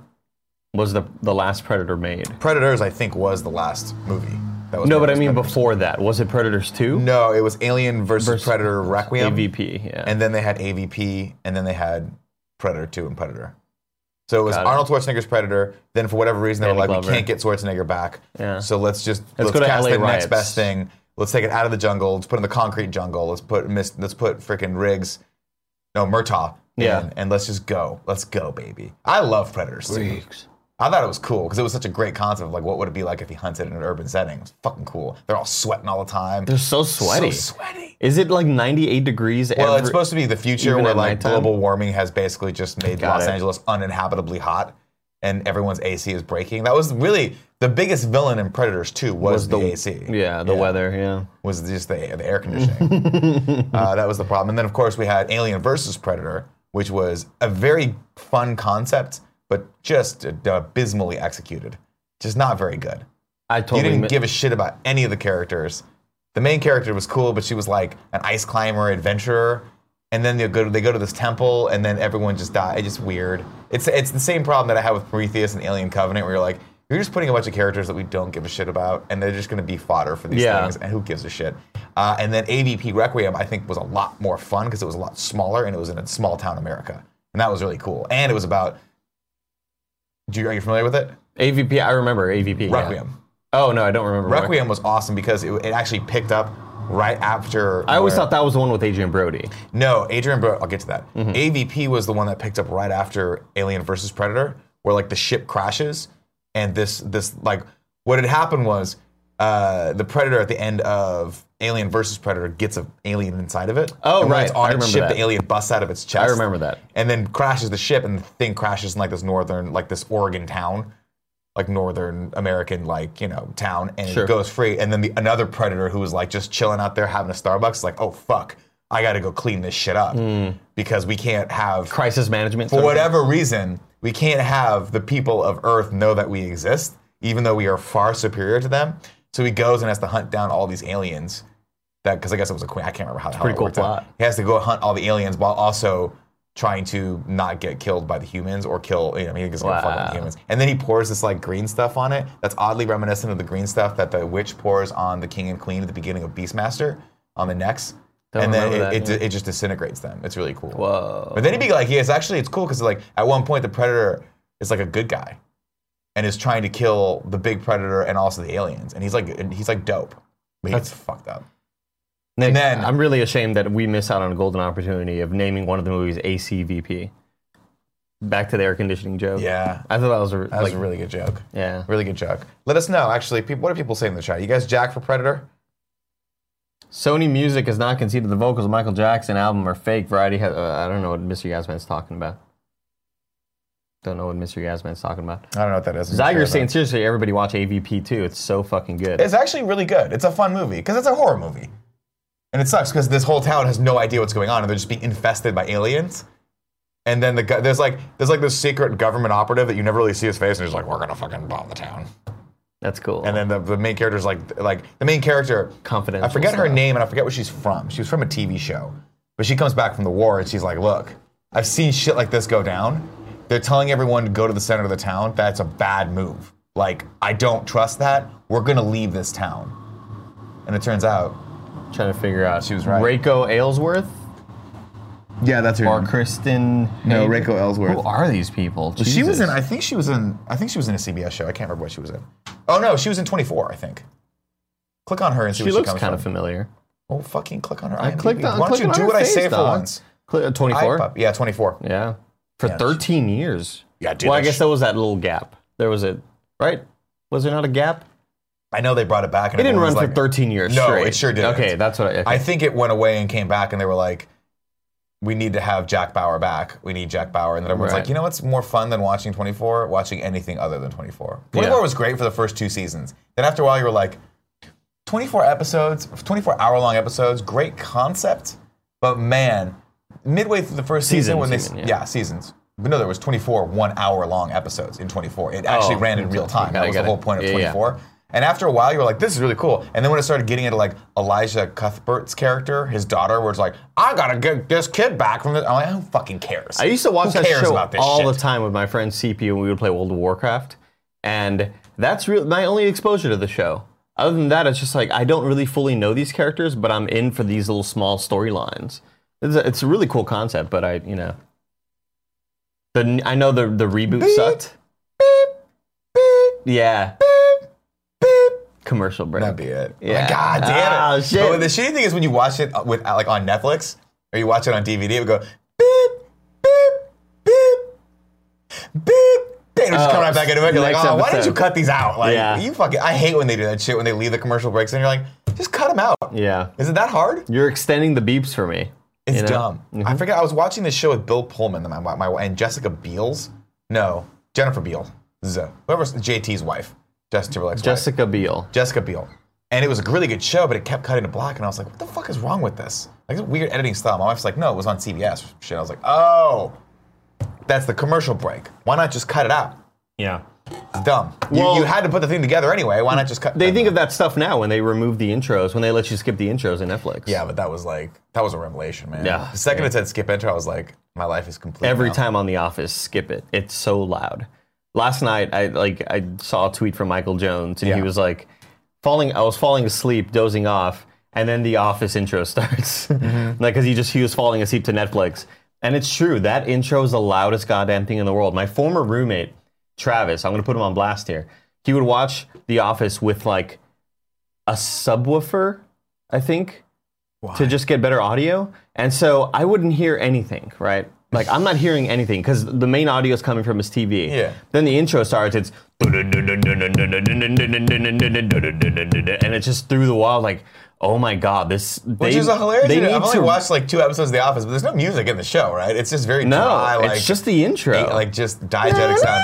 S2: was the the last Predator made?
S1: Predators, I think, was the last movie. That was
S2: No, but I
S1: Predators.
S2: mean before that. Was it Predators 2?
S1: No, it was Alien versus,
S2: Versus-
S1: Predator Requiem.
S2: AVP, yeah.
S1: and then they had AVP, and then they had Predator 2 and Predator. So it was
S2: Got it.
S1: Arnold Schwarzenegger's Predator. Then for whatever reason, they were
S2: Danny
S1: like,
S2: Glover.
S1: we can't get Schwarzenegger back.
S2: Yeah.
S1: So let's just
S2: Let's
S1: let's,
S2: go to
S1: cast
S2: LA
S1: the next
S2: Riots.
S1: best thing. Let's take it out of the jungle. Let's put it in the concrete jungle. Let's put mis- let's put freaking Riggs, no Murtaugh. in,
S2: Yeah.
S1: and let's just go. Let's go, baby. I love Predators. too. I thought it was cool because it was such a great concept. of Like, what would it be like if he hunted in an urban setting? It was fucking cool. They're all sweating all the time.
S2: They're so sweaty.
S1: So sweaty.
S2: Is it like 98 degrees
S1: Well,
S2: every
S1: it's supposed to be the future
S2: even
S1: where
S2: at
S1: like
S2: nighttime?
S1: global warming has basically just made
S2: Got
S1: Los
S2: it.
S1: Angeles uninhabitably hot, and everyone's AC is breaking. That was really the biggest villain in Predators 2 was, the, AC.
S2: Yeah, the weather, yeah.
S1: was just the, the air conditioning. uh, that was the problem. And then of course we had Alien versus Predator, which was a very fun concept, but just uh, abysmally executed. Just not very good.
S2: I
S1: You
S2: totally
S1: didn't
S2: mi-
S1: give a shit about any of the characters. The main character was cool, but she was like an ice climber adventurer. And then they go to, they go to this temple, and then everyone just die. It's just weird. It's it's the same problem that I had with Prometheus and Alien Covenant, where you're like, you're just putting a bunch of characters that we don't give a shit about, and they're just going to be fodder for these
S2: Yeah.
S1: things, and who gives a shit? Uh, and then AVP Requiem, I think, was a lot more fun because it was a lot smaller, and it was in a small town America, and that was really cool. And it was about. Do you, are you familiar with it?
S2: AVP, I remember AVP. yeah.
S1: Requiem.
S2: Oh, no, I don't remember.
S1: Requiem was awesome because it, it actually picked up right after.
S2: I always
S1: where-
S2: thought that was the one with Adrian Brody.
S1: No, Adrian Bro. I'll get to that.
S2: Mm-hmm.
S1: AVP was the one that picked up right after Alien versus Predator, where like the ship crashes, and this this like what had happened was uh, the Predator at the end of Alien versus Predator gets an alien inside of it.
S2: Oh,
S1: and when
S2: right.
S1: It's on its
S2: I remember
S1: ship.
S2: that.
S1: The alien busts out of its chest.
S2: I remember that.
S1: And then crashes the ship, and the thing crashes in like this northern, like this Oregon town. Like northern American, like you know, town, and
S2: Sure.
S1: it goes free. And then the another predator who was like just chilling out there having a Starbucks, is like, oh fuck, I got to go clean this shit up because we can't have
S2: Crisis management.
S1: for
S2: sort of thing.
S1: whatever reason we can't have the people of Earth know that we exist, even though we are far superior to them. So he goes and has to hunt down all these aliens. That because I guess it was a queen. I can't remember how the hell
S2: pretty
S1: it
S2: cool
S1: worked out.
S2: plot.
S1: He has to go hunt all the aliens while also trying to not get killed by the humans or kill. You know, he doesn't give a fuck about
S2: Wow.
S1: the humans. And then he pours this like green stuff on it. That's oddly reminiscent of the green stuff that the witch pours on the king and queen at the beginning of Beastmaster on the necks.
S2: Don't
S1: and then it,
S2: remember that,
S1: it, it just disintegrates them. It's really cool.
S2: Whoa.
S1: But then he'd be like, yeah, it's actually it's cool because like at one point the predator is like a good guy. and is trying to kill the big predator and also the aliens. And he's like, and he's like dope. But he's
S2: That's-
S1: fucked up.
S2: Nick,
S1: then-
S2: I'm really ashamed that we miss out on a golden opportunity of naming one of the movies ACVP. Back to the air conditioning joke.
S1: Yeah,
S2: I thought that was a,
S1: that was
S2: like,
S1: a really good joke.
S2: yeah.
S1: Really good joke. Let us know, actually. People, what are people saying in the chat? You guys jack for Predator?
S2: Sony Music has not conceded the vocals of Michael Jackson album are fake. Variety has, uh, I don't know what Mr. Yasman's talking about. Don't know what Mr. Yasman's talking about.
S1: I don't know what that is.
S2: Zyger's saying, seriously, everybody watch AVP too. It's so fucking good.
S1: It's actually really good. It's a fun movie because it's a horror movie. And it sucks because this whole town has no idea what's going on and they're just being infested by aliens. And then the gu- there's like there's like this secret government operative that you never really see his face and he's like we're gonna fucking bomb the town.
S2: That's cool.
S1: And then the, the main character's like like the main character
S2: Confidential
S1: I forget her
S2: stuff.
S1: name and I forget where she's from. She was from a TV show, but she comes back from the war and she's like, look, I've seen shit like this go down. They're telling everyone to go to the center of the town. That's a bad move. Like I don't trust that. We're gonna leave this town. And it turns out,
S2: trying to figure out.
S1: She was right.
S2: Reiko Aylesworth
S1: yeah, that's her.
S2: or Kristen.
S1: No,
S2: Hayden?
S1: Reiko Aylesworth.
S2: Who are these people?
S1: She was
S2: Jesus.
S1: in. I think she was in. I think she was in a CBS show. I can't remember what she was in. Oh no, she was in 24. I think. Click on her and see
S2: She
S1: what
S2: looks
S1: she comes
S2: kind of
S1: from.
S2: familiar.
S1: Oh, fucking click on her.
S2: I
S1: IMDb.
S2: clicked on.
S1: Why don't
S2: clicked
S1: you
S2: on
S1: do
S2: her
S1: what I
S2: face,
S1: say for
S2: dog.
S1: once?
S2: Cli- uh, 24.
S1: iPub. Yeah, 24.
S2: Yeah. For
S1: Yeah,
S2: 13 years.
S1: Yeah, dude,
S2: Well, I
S1: that's-
S2: guess there was that little gap. There was a right. Was there not a gap?
S1: I know they brought it back. And
S2: It didn't
S1: everyone was
S2: run for
S1: like-
S2: 13 years
S1: No,
S2: straight.
S1: it sure didn't.
S2: Okay, that's what I.
S1: I think it went away and came back, and they were like, "We need to have Jack Bauer back. We need Jack Bauer." And then everyone's
S2: Right.
S1: like, "You know what's more fun than watching 24? Watching anything other than 24. 24
S2: Yeah.
S1: was great for the first two seasons. Then after a while, you were like, 24 episodes, 24 hour long episodes, great concept, but man, midway through the first season
S2: Seasons,
S1: when they
S2: you mean,
S1: yeah.
S2: yeah.
S1: seasons." But no, there was 24 one hour long episodes in 24. It actually
S2: Oh,
S1: ran in real time.
S2: got
S1: That
S2: it,
S1: was the
S2: got it.
S1: whole point of
S2: Yeah,
S1: 24.
S2: yeah.
S1: And after a while, you were like, this is really cool. And then when it started getting into like Elijah Cuthbert's character, his daughter was like, I gotta get this kid back from this. I'm like, who fucking cares?
S2: I used to watch
S1: who
S2: that
S1: cares
S2: show
S1: about this
S2: all
S1: shit?
S2: the time with my friend CP when we would play World of Warcraft, and that's real, my only exposure to the show. Other than that, it's just like I don't really fully know these characters, but I'm in for these little small storylines. It's a, it's a really cool concept, but I you know, the n- I know the the reboot sucked. Yeah. Commercial break.
S1: That'd be it.
S2: Yeah.
S1: Like, God damn
S2: Ah,
S1: it.
S2: shit.
S1: But the shitty thing is when you watch it uh, with like on Netflix or you watch it on DVD, it would go beep, beep, beep, beep. They just
S2: Oh,
S1: come right back into it. You're like,
S2: next
S1: oh, why did
S2: episode."
S1: you cut these out? Like,
S2: Yeah.
S1: you fucking. I hate when they do that shit when they leave the commercial breaks and you're like, just cut them out.
S2: Yeah.
S1: Is it that hard?
S2: You're extending the beeps for me.
S1: It's
S2: you know? Mm-hmm.
S1: dumb. I forget. I was watching this show with Bill Pullman, my, my, my and Jessica Biel's. No, Jennifer Biel. Z. Whoever's JT's wife, Jessica Timberlake's wife.
S2: Jessica Biel.
S1: Jessica Biel. And it was a really good show, but it kept cutting to black, and I was like, "What the fuck is wrong with this?" Like this weird editing style. My wife's like, "No, it was on CBS." Shit. I was like, "Oh, that's the commercial break. Why not just cut it out?
S2: Yeah.
S1: It's dumb. You-
S2: Well-
S1: you, had to put the thing together anyway. Why not just cut?"
S2: They think of that stuff now when they remove the intros, when they let you skip the intros in Netflix.
S1: Yeah, but that was like that was a revelation, man.
S2: Yeah.
S1: The second it said skip intro, I was like, "My life is complete."
S2: Every
S1: now.
S2: time on The Office, skip it. It's so loud. Last night, I like I saw a tweet from Michael Jones, and he
S1: Yeah.
S2: was like, "Falling, I was falling asleep, dozing off, and then The Office intro starts, like because he just he was falling asleep to Netflix." And it's true that intro is the loudest goddamn thing in the world. My former roommate, Travis, I'm gonna put him on blast here. He would watch The Office with like a subwoofer, I think, to just get better audio. And so I wouldn't hear anything, right? Like I'm not hearing anything because the main audio is coming from his TV.
S1: Yeah.
S2: Then the intro starts. It's and it's just through the wall. Like, oh my god, this.
S1: Which
S2: they,
S1: is a hilarious.
S2: They
S1: I've
S2: need
S1: only
S2: to
S1: watched like two episodes of The Office, but there's no music in the show, right? It's just very
S2: no.
S1: dry, like
S2: it's just the intro.
S1: like just diegetic sound.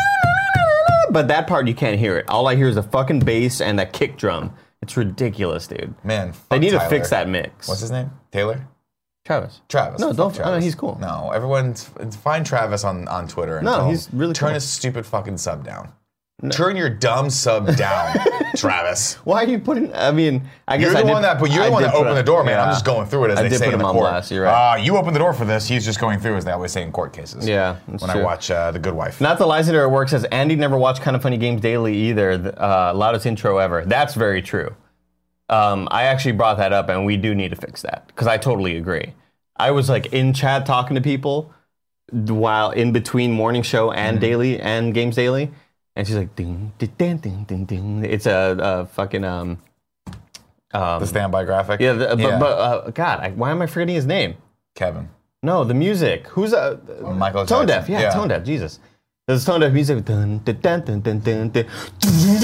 S2: but that part you can't hear it. All I hear is the fucking bass and that kick drum. It's ridiculous, dude.
S1: Man, fuck
S2: They need to
S1: Tyler.
S2: fix that mix.
S1: What's his name? Taylor.
S2: Travis.
S1: Travis.
S2: No,
S1: Fuck
S2: don't.
S1: Travis.
S2: No, he's cool.
S1: No, everyone's find Travis on, on Twitter. And
S2: No,
S1: tell him,
S2: he's really
S1: turn
S2: cool.
S1: his stupid fucking sub down. Turn your dumb sub down, Travis.
S2: Why are you putting? I mean, I guess
S1: You're
S2: I
S1: the
S2: did-
S1: one that, but you're
S2: I
S1: the one
S2: did
S1: that
S2: put
S1: opened
S2: him-
S1: the door, man. I'm
S2: yeah.
S1: just going through it as
S2: I
S1: they
S2: did
S1: say
S2: put
S1: in the
S2: him on
S1: court.
S2: blast, you're right.
S1: Ah, you opened the door for this. He's just going through, as they always say in court cases.
S2: Yeah, that's
S1: When I
S2: true.
S1: watch uh, The Good Wife.
S2: Not the Lysander at work says Andy never watched Kind of Funny Games Daily either. th- Uh, loudest intro ever. That's very true. Um, I actually brought that up, and we do need to fix that because I totally agree. I was like in chat
S1: Mm-hmm.
S2: talking to people d- while in between morning show and daily and games daily, and she's like, ding, ding, ding, ding, ding, ding. It's a, a fucking um, um,
S1: The standby graphic.
S2: yeah, the, but, but uh, God, I, why am I forgetting his name?
S1: Kevin.
S2: No, the music. Who's uh,
S1: Michael Jackson.
S2: Tone deaf, yeah,
S1: Yeah.
S2: tone deaf. Jesus, there's tone deaf music. Dun, dun, dun, dun, dun, dun, dun.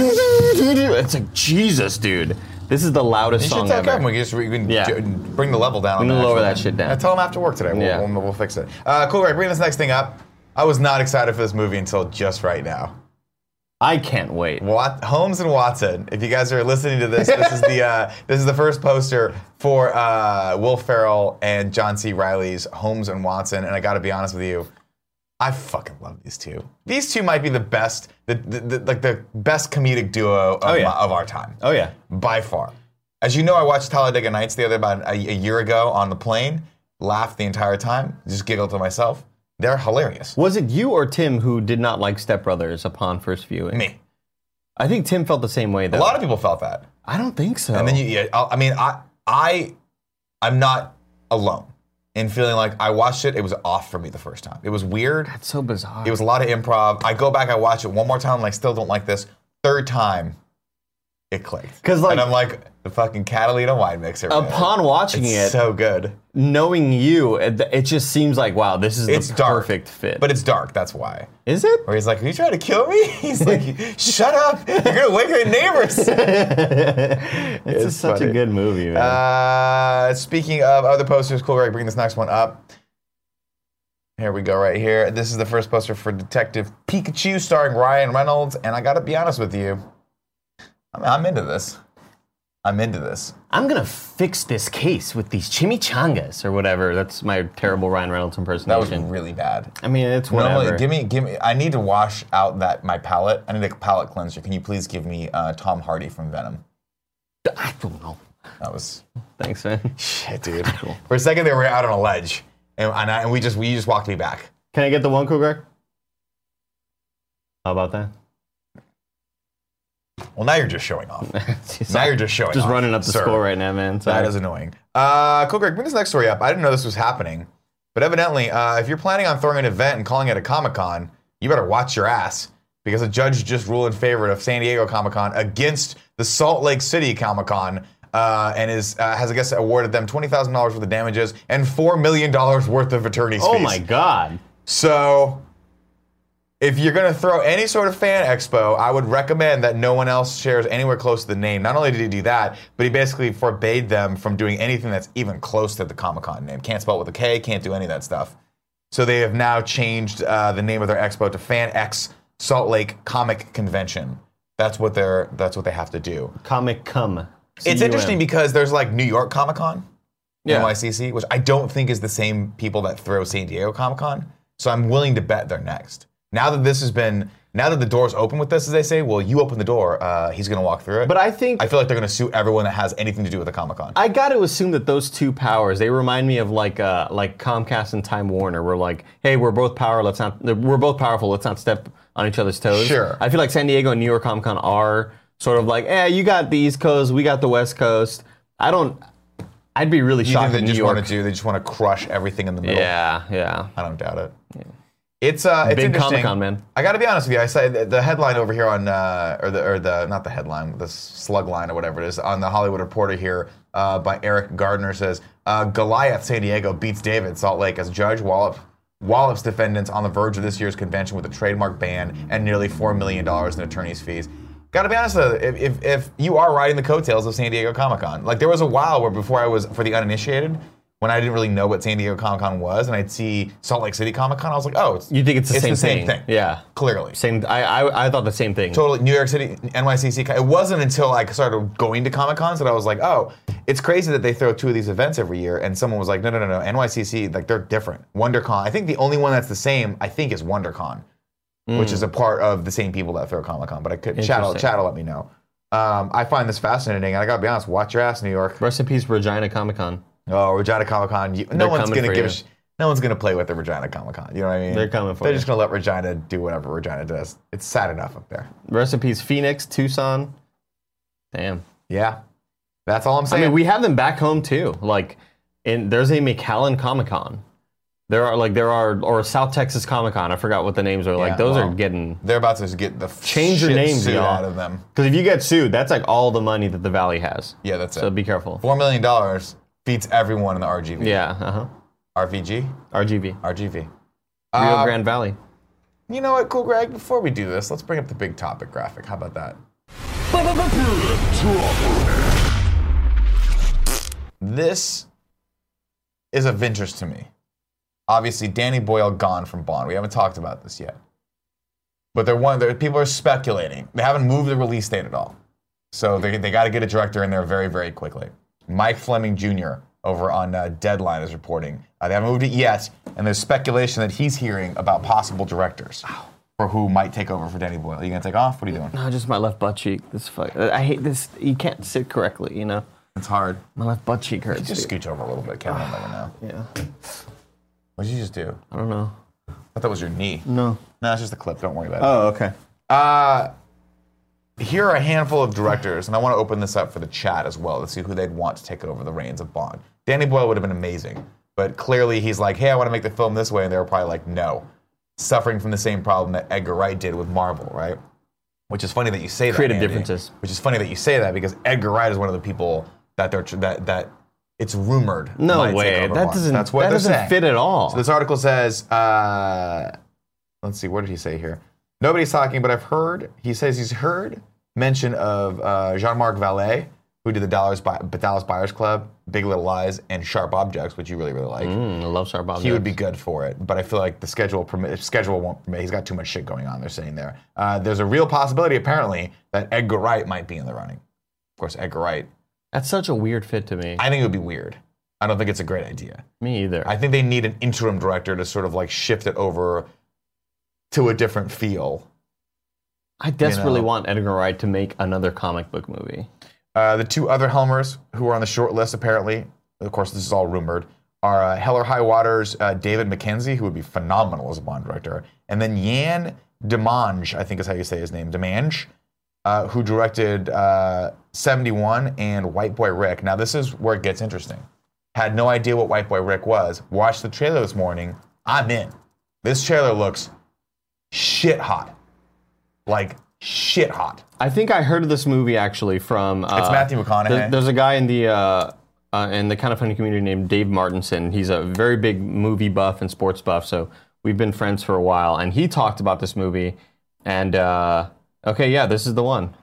S2: It's like Jesus, dude. This is the loudest
S1: You should
S2: song
S1: tell
S2: ever.
S1: Kevin we can just we can
S2: Yeah.
S1: ju- bring the level down.
S2: We
S1: on
S2: can
S1: that,
S2: lower
S1: actually.
S2: that shit down.
S1: Uh, tell him after work today. We'll,
S2: Yeah.
S1: we'll, we'll fix it. Uh, cool, Greg. Bring this next thing up. I was not excited for this movie until just right now.
S2: I can't wait.
S1: Wat- Holmes and Watson. If you guys are listening to this, this is the uh, this is the first poster for uh, Will Ferrell and John C. Riley's Holmes and Watson. And I got to be honest with you, I fucking love these two. These two might be the best, the, the, the like the best comedic duo of,
S2: yeah.
S1: my- of our time
S2: Oh yeah,
S1: by far. As you know, I watched Talladega Nights the other about a, a year ago on the plane. Laughed the entire time, just giggled to myself. They're hilarious.
S2: was it you or Tim who did not like Step Brothers upon first viewing?
S1: Me,
S2: I think Tim felt the same way
S1: a
S2: though.
S1: lot of people felt that.
S2: I don't think so.
S1: And then you, yeah, I I mean, I, I, I'm not alone in feeling like I watched it. It was off for me the first time. It was weird.
S2: That's so bizarre.
S1: It was a lot of improv. I go back, I watch it one more time, and I still don't like this. Third time, it clicked.
S2: 'Cause, like-
S1: and I'm like the fucking Catalina wine mixer. man.
S2: upon watching
S1: it's
S2: it,
S1: so good.
S2: knowing you, it, it just seems like wow, this is
S1: It's
S2: the
S1: dark,
S2: perfect fit.
S1: but it's dark. That's why.
S2: is it?
S1: Where he's like, "Are you trying to kill me?" He's like, "Shut up! You're gonna wake your neighbors."
S2: It's, just such
S1: funny.
S2: a good movie, man.
S1: Uh, speaking of other posters, cool, Greg, bring this next one up. Here we go, right here. This is the first poster for Detective Pikachu, starring Ryan Reynolds. And I gotta be honest with you, I'm, I'm into this. I'm into this.
S2: I'm gonna fix this case with these chimichangas or whatever. That's my terrible Ryan Reynolds
S1: That was
S2: impersonation.
S1: really bad.
S2: I mean, it's whatever.
S1: Normally, give me, give me. I need to wash out that my palette. I need a palette cleanser. Can you please give me uh, Tom Hardy from Venom?
S2: I don't know.
S1: That was
S2: Thanks, man.
S1: shit, dude. For a second there, we were out on a ledge, and, and, I, and we just, we you just walked me back.
S2: Can I get the one, cool Greg? How about that?
S1: Well, now you're just showing off.
S2: Just-
S1: Now you're just showing.
S2: just
S1: off,
S2: running up the
S1: sir.
S2: score right now, man.
S1: That
S2: Sorry.
S1: is annoying. Uh, cool, Greg. Bring this next story up. I didn't know this was happening, but evidently, uh, if you're planning on throwing an event and calling it a Comic Con, you better watch your ass because a judge just ruled in favor of San Diego Comic Con against the Salt Lake City Comic Con. Uh, and is uh, has I guess awarded them twenty thousand dollars worth of damages and four million dollars worth of attorney's
S2: oh
S1: fees.
S2: my god.
S1: So, if you're going to throw any sort of fan expo, I would recommend that no one else shares anywhere close to the name. Not only did he do that, but he basically forbade them from doing anything that's even close to the Comic Con name. Can't spell it with a K, can't do any of that stuff. So, they have now changed uh, the name of their expo to Fan X Salt Lake Comic Convention. That's what they're. That's what they have to do.
S2: Comic cum.
S1: It's
S2: C-U-M.
S1: interesting because there's like New York Comic Con,
S2: Yeah.
S1: NYCC, which I don't think is the same people that throw San Diego Comic Con. So I'm willing to bet they're next. Now that this has been, now that the door's open with this, as they say, well, you open the door, uh, he's going to walk through it.
S2: But I think
S1: I feel like they're going to sue everyone that has anything to do with a Comic Con.
S2: I got to assume that those two powers they remind me of like uh, like Comcast and Time Warner. We're like, hey, we're both power. Let's not. We're both powerful. Let's not step on each other's toes.
S1: Sure.
S2: I feel like San Diego and New York Comic Con are sort of like, eh, you got the East Coast, we got the West Coast. I don't. I'd be really
S1: You
S2: shocked
S1: think they
S2: if
S1: just
S2: New
S1: Uh, want
S2: York.
S1: to do? They just want to crush everything in the middle.
S2: yeah, yeah.
S1: I don't doubt it. It's uh, it's
S2: Big
S1: interesting.
S2: Comic-Con, man.
S1: I got to be honest with you. I say the, the headline over here on uh, or the or the not the headline, the slug line or whatever it is on the Hollywood Reporter here uh, by Eric Gardner says uh, Goliath San Diego beats David Salt Lake as Judge Wallop. Wallop's defendants on the verge of this year's convention with a trademark ban and nearly four million dollars in attorney's fees. Got to be honest though, if, if, if you are riding the coattails of San Diego Comic Con, like there was a while where before I was for the uninitiated, when I didn't really know what San Diego Comic Con was, and I'd see Salt Lake City Comic Con, I was like, oh, it's,
S2: You think it's the
S1: it's
S2: same
S1: the same thing.
S2: Yeah.
S1: clearly.
S2: Same. I, I I thought the same thing.
S1: Totally, New York City, NYCC. It wasn't until I started going to Comic Cons that I was like, oh, it's crazy that they throw two of these events every year. And someone was like, no, no, no, no, NYCC, like they're different. WonderCon. I think the only one that's the same, I think, is WonderCon, which is a part of the same people that throw Comic Con. But I could chat'll
S2: Hmm. Interesting.
S1: chat'll let me know. Um, I find this fascinating, and I gotta be honest. Watch your ass, New York.
S2: Rest in peace, Regina Comic Con.
S1: Oh, Regina Comic Con. you-
S2: They're
S1: No one's
S2: coming
S1: gonna
S2: for
S1: give. A
S2: you.
S1: sh- no one's gonna play with the Regina Comic Con. You know what I mean?
S2: They're coming for
S1: They're
S2: you.
S1: just gonna let Regina do whatever Regina does. It's sad enough up there.
S2: Rest in peace, Phoenix, Tucson. Damn.
S1: Yeah, that's all I'm
S2: I
S1: saying.
S2: mean, we have them back home too. Like, in there's a McAllen Comic Con, There are like there are or South Texas Comic Con. I forgot what the names are. Like
S1: Yeah,
S2: those
S1: wow.
S2: are getting
S1: They're about to get the
S2: change your
S1: shit
S2: names
S1: sued
S2: y'all.
S1: out of them.
S2: Because if you get sued, that's like all the money that the Valley has.
S1: Yeah, that's
S2: So
S1: it.
S2: be careful.
S1: Four million dollars beats everyone in the RGV.
S2: Yeah. Uh huh.
S1: RVG,
S2: RGV.
S1: RGV. Rio
S2: Rio Grande Valley.
S1: Uh, You know what, cool Greg? Before we do this, let's bring up the big topic graphic. How about that? This is of interest to me. Obviously, Danny Boyle gone from Bond. We haven't talked about this yet, but they're one. They're, people are speculating. They haven't moved the release date at all, so they they got to get a director in there very very quickly. Mike Fleming Jr. over on uh, Deadline is reporting uh, they haven't moved it yet, and there's speculation that he's hearing about possible directors for who might take over for Danny Boyle. Are you gonna take off? What are you doing?
S2: No, just my left butt cheek. This fuck. uh, I hate this. You can't sit correctly. You know.
S1: It's hard.
S2: My left butt cheek hurts.
S1: Just
S2: dude.
S1: scooch over a little bit, Kevin. I'll never know.
S2: Yeah.
S1: What did you just do?
S2: I don't know.
S1: I thought that was your knee.
S2: No.
S1: No, it's just a clip. Don't worry about it. Uh,
S2: Oh, okay.
S1: here are a handful of directors, and I want to open this up for the chat as well to see who they'd want to take over the reins of Bond. Danny Boyle would have been amazing, but clearly he's like, hey, I want to make the film this way, and they were probably like, no. Suffering from the same problem that Edgar Wright did with Marvel, right? Which is funny that you say that.
S2: Creative
S1: Andy.
S2: differences.
S1: Which is funny that you say that because Edgar Wright is one of the people that they're tr- that that it's rumored.
S2: No
S1: might take
S2: way.
S1: over
S2: That
S1: Bond.
S2: doesn't.
S1: That's what
S2: that
S1: they're
S2: doesn't
S1: saying.
S2: fit at all.
S1: So this article says, uh, let's see, what did he say here? Nobody's talking, but I've heard, he says he's heard mention of uh, Jean Marc Vallée, who did the Dollars Buy- Dallas Buyers Club, Big Little Lies, and Sharp Objects, which you really, really like.
S2: Mm, I love Star Bob.
S1: He would be good for it, but I feel like the schedule permit, schedule won't permit. He's got too much shit going on. They're sitting there. Uh, there's a real possibility, apparently, that Edgar Wright might be in the running. Of course, Edgar Wright.
S2: That's such a weird fit to me.
S1: I think it would be weird. I don't think it's a great idea.
S2: me either.
S1: I think they need an interim director to sort of like shift it over to a different feel.
S2: I desperately
S1: know.
S2: want Edgar Wright to make another comic book movie.
S1: Uh, the two other Helmers who are on the short list, apparently, of course, this is all rumored, are uh, Heller High Waters, uh, David McKenzie, who would be phenomenal as a Bond director, and then Yan Demange, I think is how you say his name, Demange, uh, who directed uh, 71 and White Boy Rick. Now, this is where it gets interesting. Had no idea what White Boy Rick was. Watched the trailer this morning. I'm in. This trailer looks shit hot. Like, shit hot.
S2: I think I heard of this movie actually from. Uh,
S1: It's Matthew McConaughey.
S2: There's, there's a guy in the uh, uh, in the kind of funny community named Dave Martinson. He's a very big movie buff and sports buff, so we've been friends for a while. And he talked about this movie, and uh, okay, yeah, this is the one.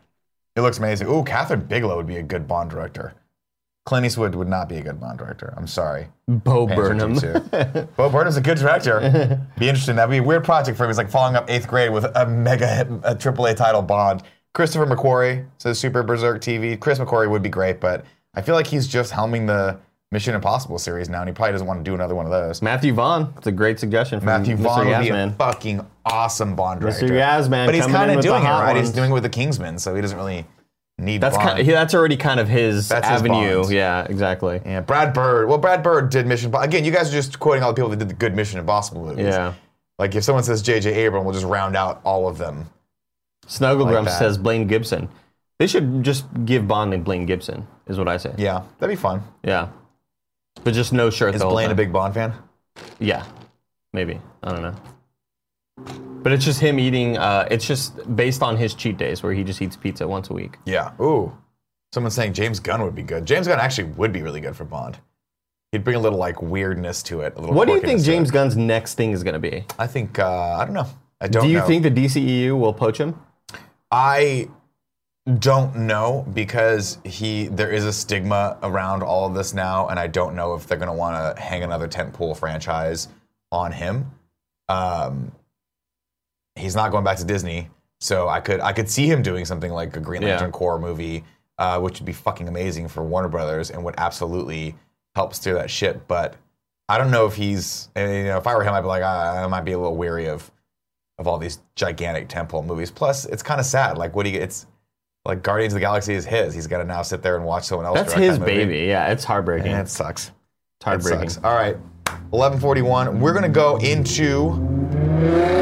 S1: It looks amazing. Ooh, Catherine Bigelow would be a good Bond director. Clint Eastwood would not be a good Bond director. I'm sorry.
S2: Bo
S1: Pants are
S2: Burnham.
S1: too soon. Bo Burnham's a good director. Be interesting. That'd be a weird project for him. He's like following up eighth grade with a mega hit, a AAA title Bond. Christopher McQuarrie says Super Berserk TV. Chris McQuarrie would be great, but I feel like he's just helming the Mission Impossible series now, and he probably doesn't want to do another one of those.
S2: Matthew Vaughn. It's a great suggestion from
S1: Matthew
S2: Mr.
S1: Vaughn would be a
S2: Yasman.
S1: fucking awesome Bond director.
S2: Yasman
S1: but he's
S2: coming
S1: kind
S2: in
S1: of
S2: with the
S1: doing it
S2: hot
S1: right. He's
S2: ones.
S1: doing it with the Kingsmen, so he doesn't really need
S2: That's
S1: Bond.
S2: kind of, that's already kind of his
S1: That's his
S2: avenue.
S1: Bond.
S2: yeah, exactly.
S1: Yeah, Brad Bird. Well, Brad Bird did Mission. Impo- Again, you guys are just quoting all the people that did the good Mission Impossible movies.
S2: Yeah.
S1: Like if someone says J.J. Abrams, we'll just round out all of them.
S2: Snugglegrum
S1: that.
S2: says Blaine Gibson. They should just give Bond and Blaine Gibson, is what I say.
S1: Yeah, that'd be fun.
S2: Yeah. But just no shirt.
S1: Is
S2: the whole
S1: Blaine a
S2: time.
S1: big Bond fan?
S2: Yeah. Maybe. I don't know. But it's just him eating. Uh, it's just based on his cheat days, where he just eats pizza once a week.
S1: Yeah. Ooh. Someone's saying James Gunn would be good. James Gunn actually would be really good for Bond. He'd bring a little like weirdness to it. A little
S2: What do you
S1: quirkiness
S2: think
S1: to
S2: James
S1: it.
S2: Gunn's next thing is going to be?
S1: I think uh, I don't know. I don't.
S2: do you
S1: know.
S2: think the DCEU will poach him?
S1: I don't know because he there is a stigma around all of this now, and I don't know if they're going to want to hang another tentpole franchise on him. Um, he's not going back to Disney, so I could I could see him doing something like a Green
S2: Yeah.
S1: Lantern Corps movie, uh, which would be fucking amazing for Warner Brothers and would absolutely help steer that ship. But I don't know if he's and, you know if I were him, I'd be like "Ah, I, I might be a little weary of of all these gigantic temple movies. Plus, it's kind of sad. Like, what do you? It's like Guardians of the Galaxy is his. He's got to now sit there and watch someone else.
S2: That's
S1: direct
S2: his
S1: that movie.
S2: baby. Yeah, it's heartbreaking.
S1: And it sucks.
S2: it's
S1: It
S2: heartbreaking.
S1: sucks. All right, eleven forty-one. We're gonna go into.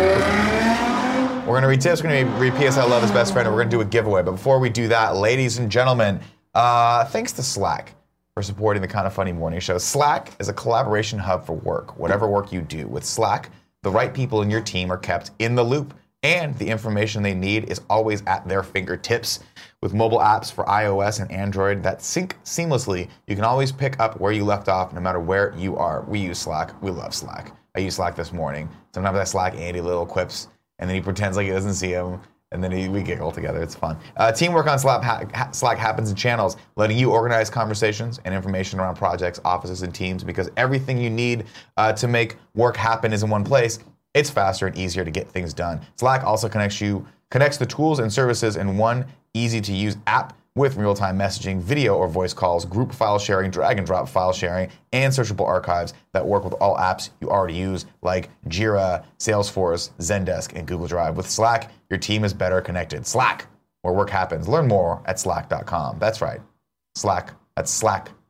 S1: We're gonna read tips. We're gonna read PS I Love His Best Friend. And we're gonna do a giveaway. But before we do that, ladies and gentlemen, uh, thanks to Slack. for supporting the Kind of Funny Morning Show. Slack is a collaboration hub for work, whatever work you do. With Slack, the right people in your team are kept in the loop, and the information they need is always at their fingertips. With mobile apps for iOS and Android that sync seamlessly, you can always pick up where you left off no matter where you are. We use Slack. We love Slack. I use Slack this morning. Sometimes I Slack Andy little quips, and then he pretends like he doesn't see him and then he- we giggle together. It's fun. Uh, teamwork on Slack, ha- ha- Slack happens in channels, letting you organize conversations and information around projects, offices, and teams because everything you need uh, to make work happen is in one place. It's faster and easier to get things done. Slack also connects you connects the tools and services in one easy-to-use app with real-time messaging, video or voice calls, group file sharing, drag and drop file sharing, and searchable archives that work with all apps you already use like Jira, Salesforce, Zendesk, and Google Drive. With Slack, your team is better connected. Slack, where work happens. Learn more at slack.com. That's right. Slack. That's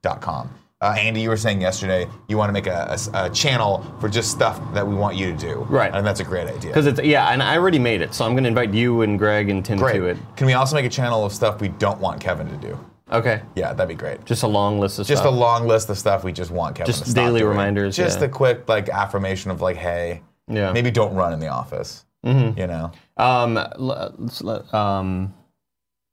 S1: slack.com. Uh, Andy, you were saying yesterday you want to make a, a s- a channel for just stuff that we want you to do.
S2: Right.
S1: And that's a great idea.
S2: Because it's yeah, and I already made it, so I'm going to invite you and Greg and Tim
S1: Great.
S2: to it.
S1: Can we also make a channel of stuff we don't want Kevin to do?
S2: Okay,
S1: Yeah, that'd be great. Just,
S2: just a long list of
S1: a
S2: stuff.
S1: long list of stuff we just want Kevin
S2: Just
S1: to stop
S2: daily
S1: doing.
S2: reminders,
S1: Just
S2: yeah.
S1: a quick like affirmation of like, hey,
S2: Yeah.
S1: maybe don't run in the office. Mm-hmm. You know,
S2: um, l- let's let- um,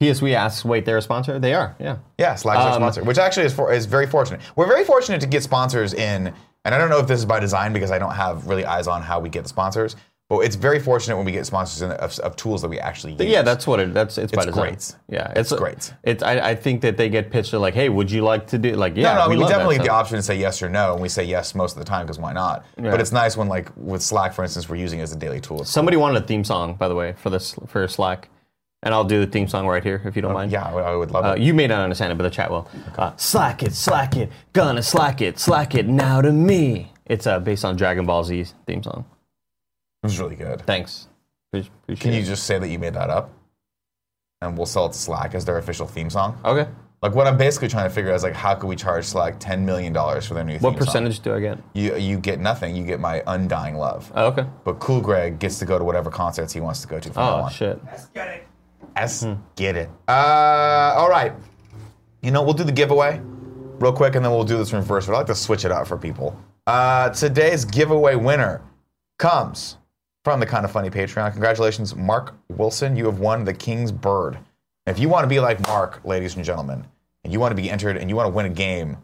S2: PSV asks, wait, they're a sponsor? They are, yeah.
S1: yeah, Slack's our
S2: Um,
S1: sponsor, which actually is for, is very fortunate. We're very fortunate to get sponsors in, and I don't know if this is by design because I don't have really eyes on how we get sponsors. But it's very fortunate when we get sponsors in of, of tools that we actually use.
S2: Yeah, that's what it. That's it's, by
S1: It's
S2: design.
S1: great.
S2: Yeah, it's,
S1: great.
S2: It's I, I think that they get pitched they're like, hey, would you like to do like yeah?
S1: No, no, I mean, we,
S2: love that
S1: definitely get the
S2: stuff.
S1: option to say yes or no, and we say yes most of the time because why not?
S2: Yeah.
S1: But it's nice when, like, with Slack, for instance, we're using it as a daily tool. It's-
S2: Somebody wanted a theme song, by the way, for this for Slack, and I'll do the theme song right here if you don't
S1: Oh,
S2: mind.
S1: yeah, I would, I would love
S2: Uh,
S1: it.
S2: you may not understand it, but the chat will. Uh, slack it, slack it, gonna slack it, slack it now to me. It's uh, based on Dragon Ball Z's theme song.
S1: It was really good.
S2: Thanks. Pre- Appreciate
S1: Can
S2: it.
S1: you just say that you made that up? And we'll sell it to Slack as their official theme song.
S2: okay.
S1: Like, what I'm basically trying to figure out is, like, how could we charge Slack $10 million for their new theme
S2: What
S1: song?
S2: percentage do I get?
S1: You, you get nothing. You get my undying love.
S2: Oh, okay.
S1: but Cool Greg gets to go to whatever concerts he wants to go to from now
S2: Oh
S1: on.
S2: shit.
S1: S. Get it. Uh, all right. You know, we'll do the giveaway real quick and then we'll do this in reverse. But I like to switch it up for people. Uh, today's giveaway winner comes from the Kind of Funny Patreon. Congratulations, Mark Wilson. You have won the King's Bird. If you want to be like Mark, ladies and gentlemen, and you want to be entered and you want to win a game,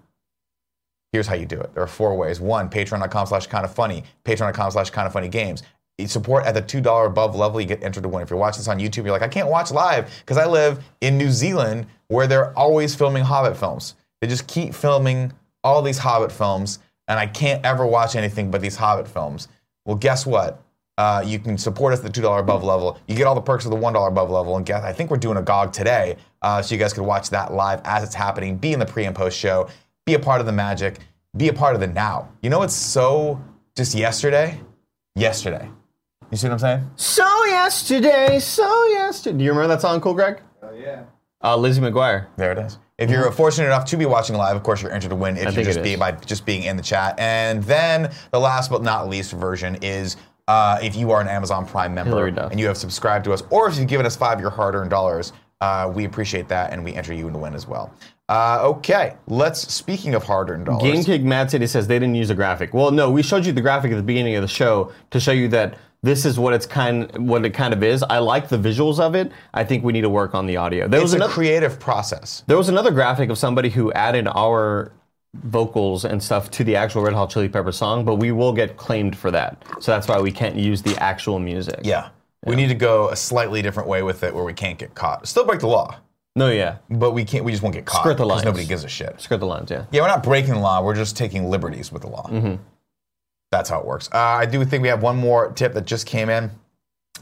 S1: here's how you do it. There are four ways. One, patreon.com slash kind of funny, patreon.com slash kind of funny games. You Support at the $2 above level, you get entered to win. If you're watching this on YouTube, you're like, I can't watch live because I live in New Zealand where they're always filming Hobbit films. They just keep filming all these Hobbit films, and I can't ever watch anything but these Hobbit films. Well, guess what? Uh, you can support us at the $2 above level. You get all the perks of the $1 above level. And guess, I think we're doing a GOG today, uh, so you guys could watch that live as it's happening, be in the pre and post show, be a part of the magic, be a part of the now. You know, it's so just yesterday? Yesterday. You see what I'm saying?
S2: So yesterday, so yesterday. Do you remember that song, Cool Greg?
S4: Oh, yeah.
S2: Uh, Lizzie McGuire.
S1: There it is. If you're fortunate enough to be watching live, of course you're entered to win if you
S2: think
S1: just
S2: it
S1: be
S2: is.
S1: by just being in the chat. And then the last but not least version is uh, if you are an Amazon Prime member
S2: Hillary Duff.
S1: and you have subscribed to us, or if you've given us five of your hard-earned dollars, uh, we appreciate that and we enter you into win as well. Uh, okay, let's. Speaking of hard-earned dollars,
S2: Game Kick Mad City says they didn't use a graphic. Well, no, we showed you the graphic at the beginning of the show to show you that this is what it's kind what it kind of is. I like the visuals of it. I think we need to work on the audio. There
S1: it's
S2: was
S1: a
S2: another
S1: creative process.
S2: there was another graphic of somebody who added our vocals and stuff to the actual Red Hot Chili Pepper song, but we will get claimed for that. So that's why we can't use the actual music.
S1: Yeah, we need to go a slightly different way with it, where we can't get caught. Still break the law,
S2: No, yeah.
S1: but we can't. We just won't get caught
S2: Skirt the
S1: because
S2: lines.
S1: nobody gives a shit.
S2: Skirt the lines, yeah.
S1: Yeah, we're not breaking the law. We're just taking liberties with the law.
S2: Mm-hmm.
S1: That's how it works. Uh, I do think we have one more tip that just came in.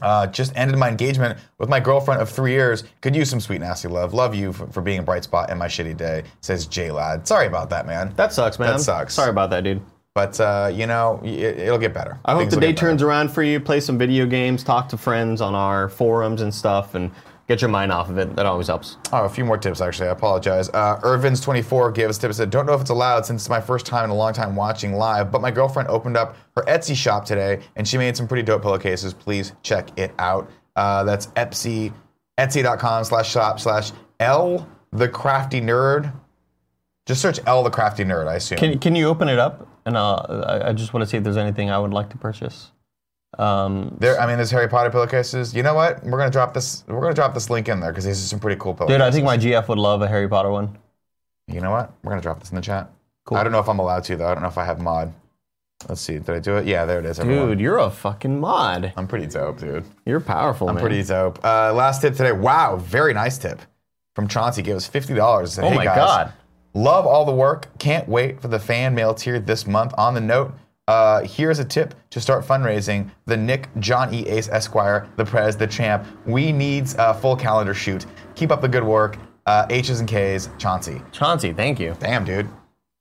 S1: Uh, just ended my engagement with my girlfriend of three years. Could use some sweet, nasty love. Love you for, for being a bright spot in my shitty day, says J Lad. Sorry about that, man.
S2: That sucks, man.
S1: That
S2: I'm
S1: sucks.
S2: Sorry about that, dude.
S1: But, uh, you know, y- it, it'll get better.
S2: I hope
S1: Things
S2: the
S1: will
S2: day
S1: get better.
S2: turns around for you. Play some video games, talk to friends on our forums and stuff, and get your mind off of it. That always helps.
S1: Oh, a few more tips, actually. I apologize. Uh, Irvin's24 gave us tips. Said, don't know if it's allowed since it's my first time in a long time watching live, but my girlfriend opened up her Etsy shop today and she made some pretty dope pillowcases. Please check it out. Uh, that's Etsy, etsy.com slash shop slash L the crafty nerd. Just search L the Crafty Nerd, I assume.
S2: Can, can you open it up? And uh, I, I just want to see if there's anything I would like to purchase. Um,
S1: there, I mean, there's Harry Potter pillowcases. You know what? We're gonna drop this. We're gonna drop this link in there because these are some pretty cool
S2: dude, I
S1: pillowcases.
S2: think my GF would love a Harry Potter one.
S1: you know what? We're gonna drop this in the chat. Cool. I don't know if I'm allowed to though. I don't know if I have mod. Let's see. Did I do it? Yeah, there it is. Everyone.
S2: Dude, you're a fucking mod.
S1: I'm pretty dope, dude.
S2: You're powerful, man.
S1: Pretty dope. Uh, last tip today. Wow, very nice tip from Chauncey. Gave us fifty dollars.
S2: Oh my god.
S1: Love all the work. Can't wait for the fan mail tier this month. On the note, uh, here's a tip to start fundraising. The Nick John E. Ace Esquire, the Prez, the Champ. We needs a full calendar shoot. Keep up the good work. Uh, H's and K's, Chauncey.
S2: Chauncey, thank you.
S1: Damn, dude.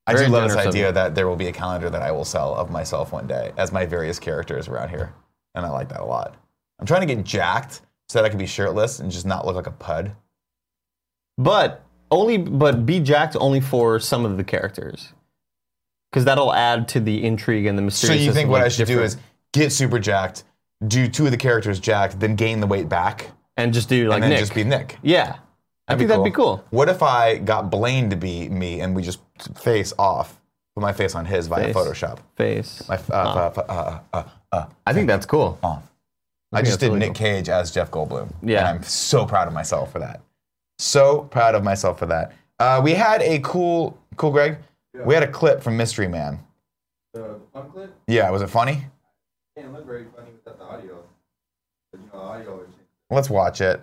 S1: I
S2: Very
S1: do love this
S2: generous of
S1: idea
S2: you.
S1: that there will be a calendar that I will sell of myself one day as my various characters around here. And I like that a lot. I'm trying to get jacked so that I can be shirtless and just not look like a pud.
S2: But only but be jacked only for some of the characters. Cuz that'll add to the intrigue and the
S1: So
S2: mystery.
S1: you think what I should do is get super jacked, do two of the characters jacked, then gain the weight back,
S2: and just do like
S1: and then
S2: Nick.
S1: just be Nick.
S2: yeah. I think that'd be cool.
S1: What if I got Blaine to be me and we just face off, put my face on his via
S2: Face.
S1: Photoshop?
S2: Face.
S1: My, f- uh, f- uh, uh, uh, uh,
S2: I think that's cool.
S1: uh. I
S2: think
S1: just
S2: that's
S1: did
S2: really
S1: Nick Cage as Jeff Goldblum.
S2: Yeah.
S1: And I'm so proud of myself for that. So proud of myself for that. Uh, we had a cool, cool Greg. We had a clip from Mystery Man.
S6: The fun clip?
S1: Yeah, was it funny?
S6: Hey, it looked very funny without the audio. But you know, the audio would change.
S1: Let's watch it.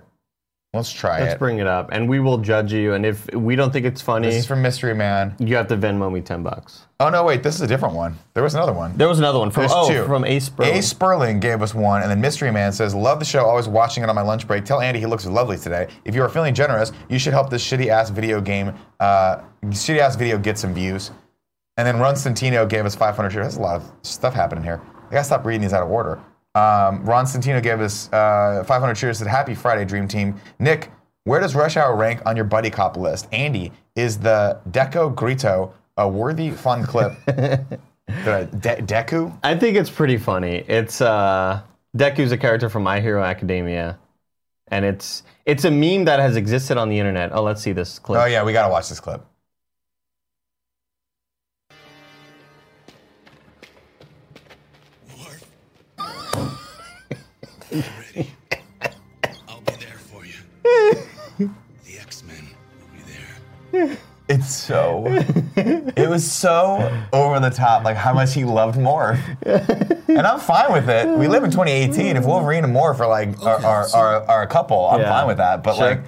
S1: Let's try
S2: Let's
S1: it.
S2: bring it up and we will judge you and if we don't think it's funny,
S1: This is from Mystery Man.
S2: you have to Venmo me 10 bucks.
S1: Oh no, wait, this is a different one. There was another one.
S2: There was another one from
S1: There's
S2: oh,
S1: two.
S2: from Ace Bro.
S1: A Sperling gave us one, and then Mystery Man says, "Love the show. Always watching it on my lunch break. Tell Andy he looks lovely today. If you are feeling generous, you should help this shitty ass video game, uh, shitty ass video get some views." And then Ron Santino gave us 500 shares. There's a lot of stuff happening here. I gotta stop reading these out of order. Um, Ron Santino gave us uh, 500 shares. Said, "Happy Friday, Dream Team." Nick, where does Rush Hour rank on your buddy cop list? Andy, is the Deco Grito a worthy fun clip? Did I- De- Deku?
S2: I think it's pretty funny. It's uh Deku's a character from My Hero Academia. And it's it's a meme that has existed on the internet. Oh, let's see this clip.
S1: Oh yeah, we gotta watch this clip.
S7: Ward. When you're ready, I'll be there for you. The X-Men will be there.
S1: It's so. it was so over the top, like how much he loved Morph. and I'm fine with it. We live in 2018. If Wolverine and Morph are like are, are, are, are a couple, I'm
S2: Yeah.
S1: fine with that. But
S2: Sure.
S1: like,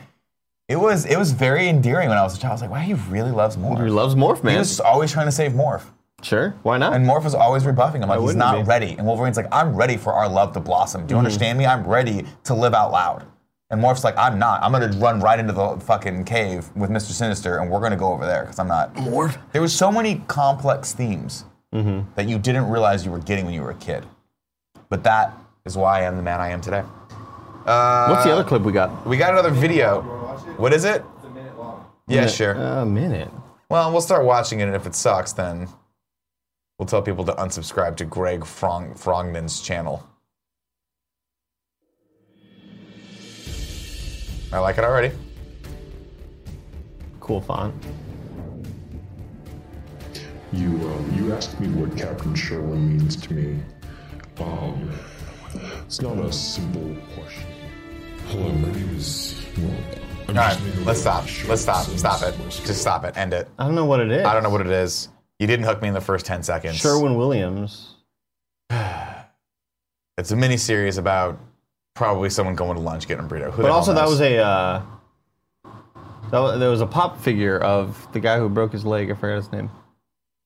S1: it was it was very endearing when I was a child. I was like, wow, he really loves
S2: He
S1: Morph.
S2: loves Morph Man.
S1: He was just always trying to save Morph,
S2: sure, why not?
S1: and Morph was always rebuffing him. Like he's
S2: wouldn't
S1: not
S2: be? Hmm.
S1: ready. And Wolverine's like, I'm ready for our love to blossom. Do you understand me? I'm ready to live out loud. And Morph's like, I'm not. I'm gonna run right into the fucking cave with Mr. Sinister, and we're gonna go over there because I'm not.
S7: Ward.
S1: There was so many complex themes
S2: Mm-hmm.
S1: that you didn't realize you were getting when you were a kid. But that is why I am the man I am today.
S2: What's the other clip we got?
S1: We got another video. What is it?
S6: It's a minute long.
S1: Yeah, sure.
S2: A minute.
S1: Well, we'll start watching it, and if it sucks, then we'll tell people to unsubscribe to Greg Frong- Frongman's channel. I like it already.
S2: Cool font.
S8: You um, you asked me what Captain Sherwin means to me. Um, it's not a simple question. Hello, my name is. Well, I'm
S1: All right,
S8: just new to
S1: let's stop.
S8: Sherwin,
S1: Let's stop.
S8: so
S1: Stop it.
S8: it's-
S1: Just stop it. End it.
S2: I don't know what it is.
S1: I don't know what it is. You didn't hook me in the first 10 seconds.
S2: Sherwin Williams.
S1: It's a mini series about probably someone going to lunch getting a burrito. Who the
S2: But
S1: hell
S2: also that
S1: knows?
S2: was a uh that was, there was a pop figure of the guy who broke his leg. I forgot his name.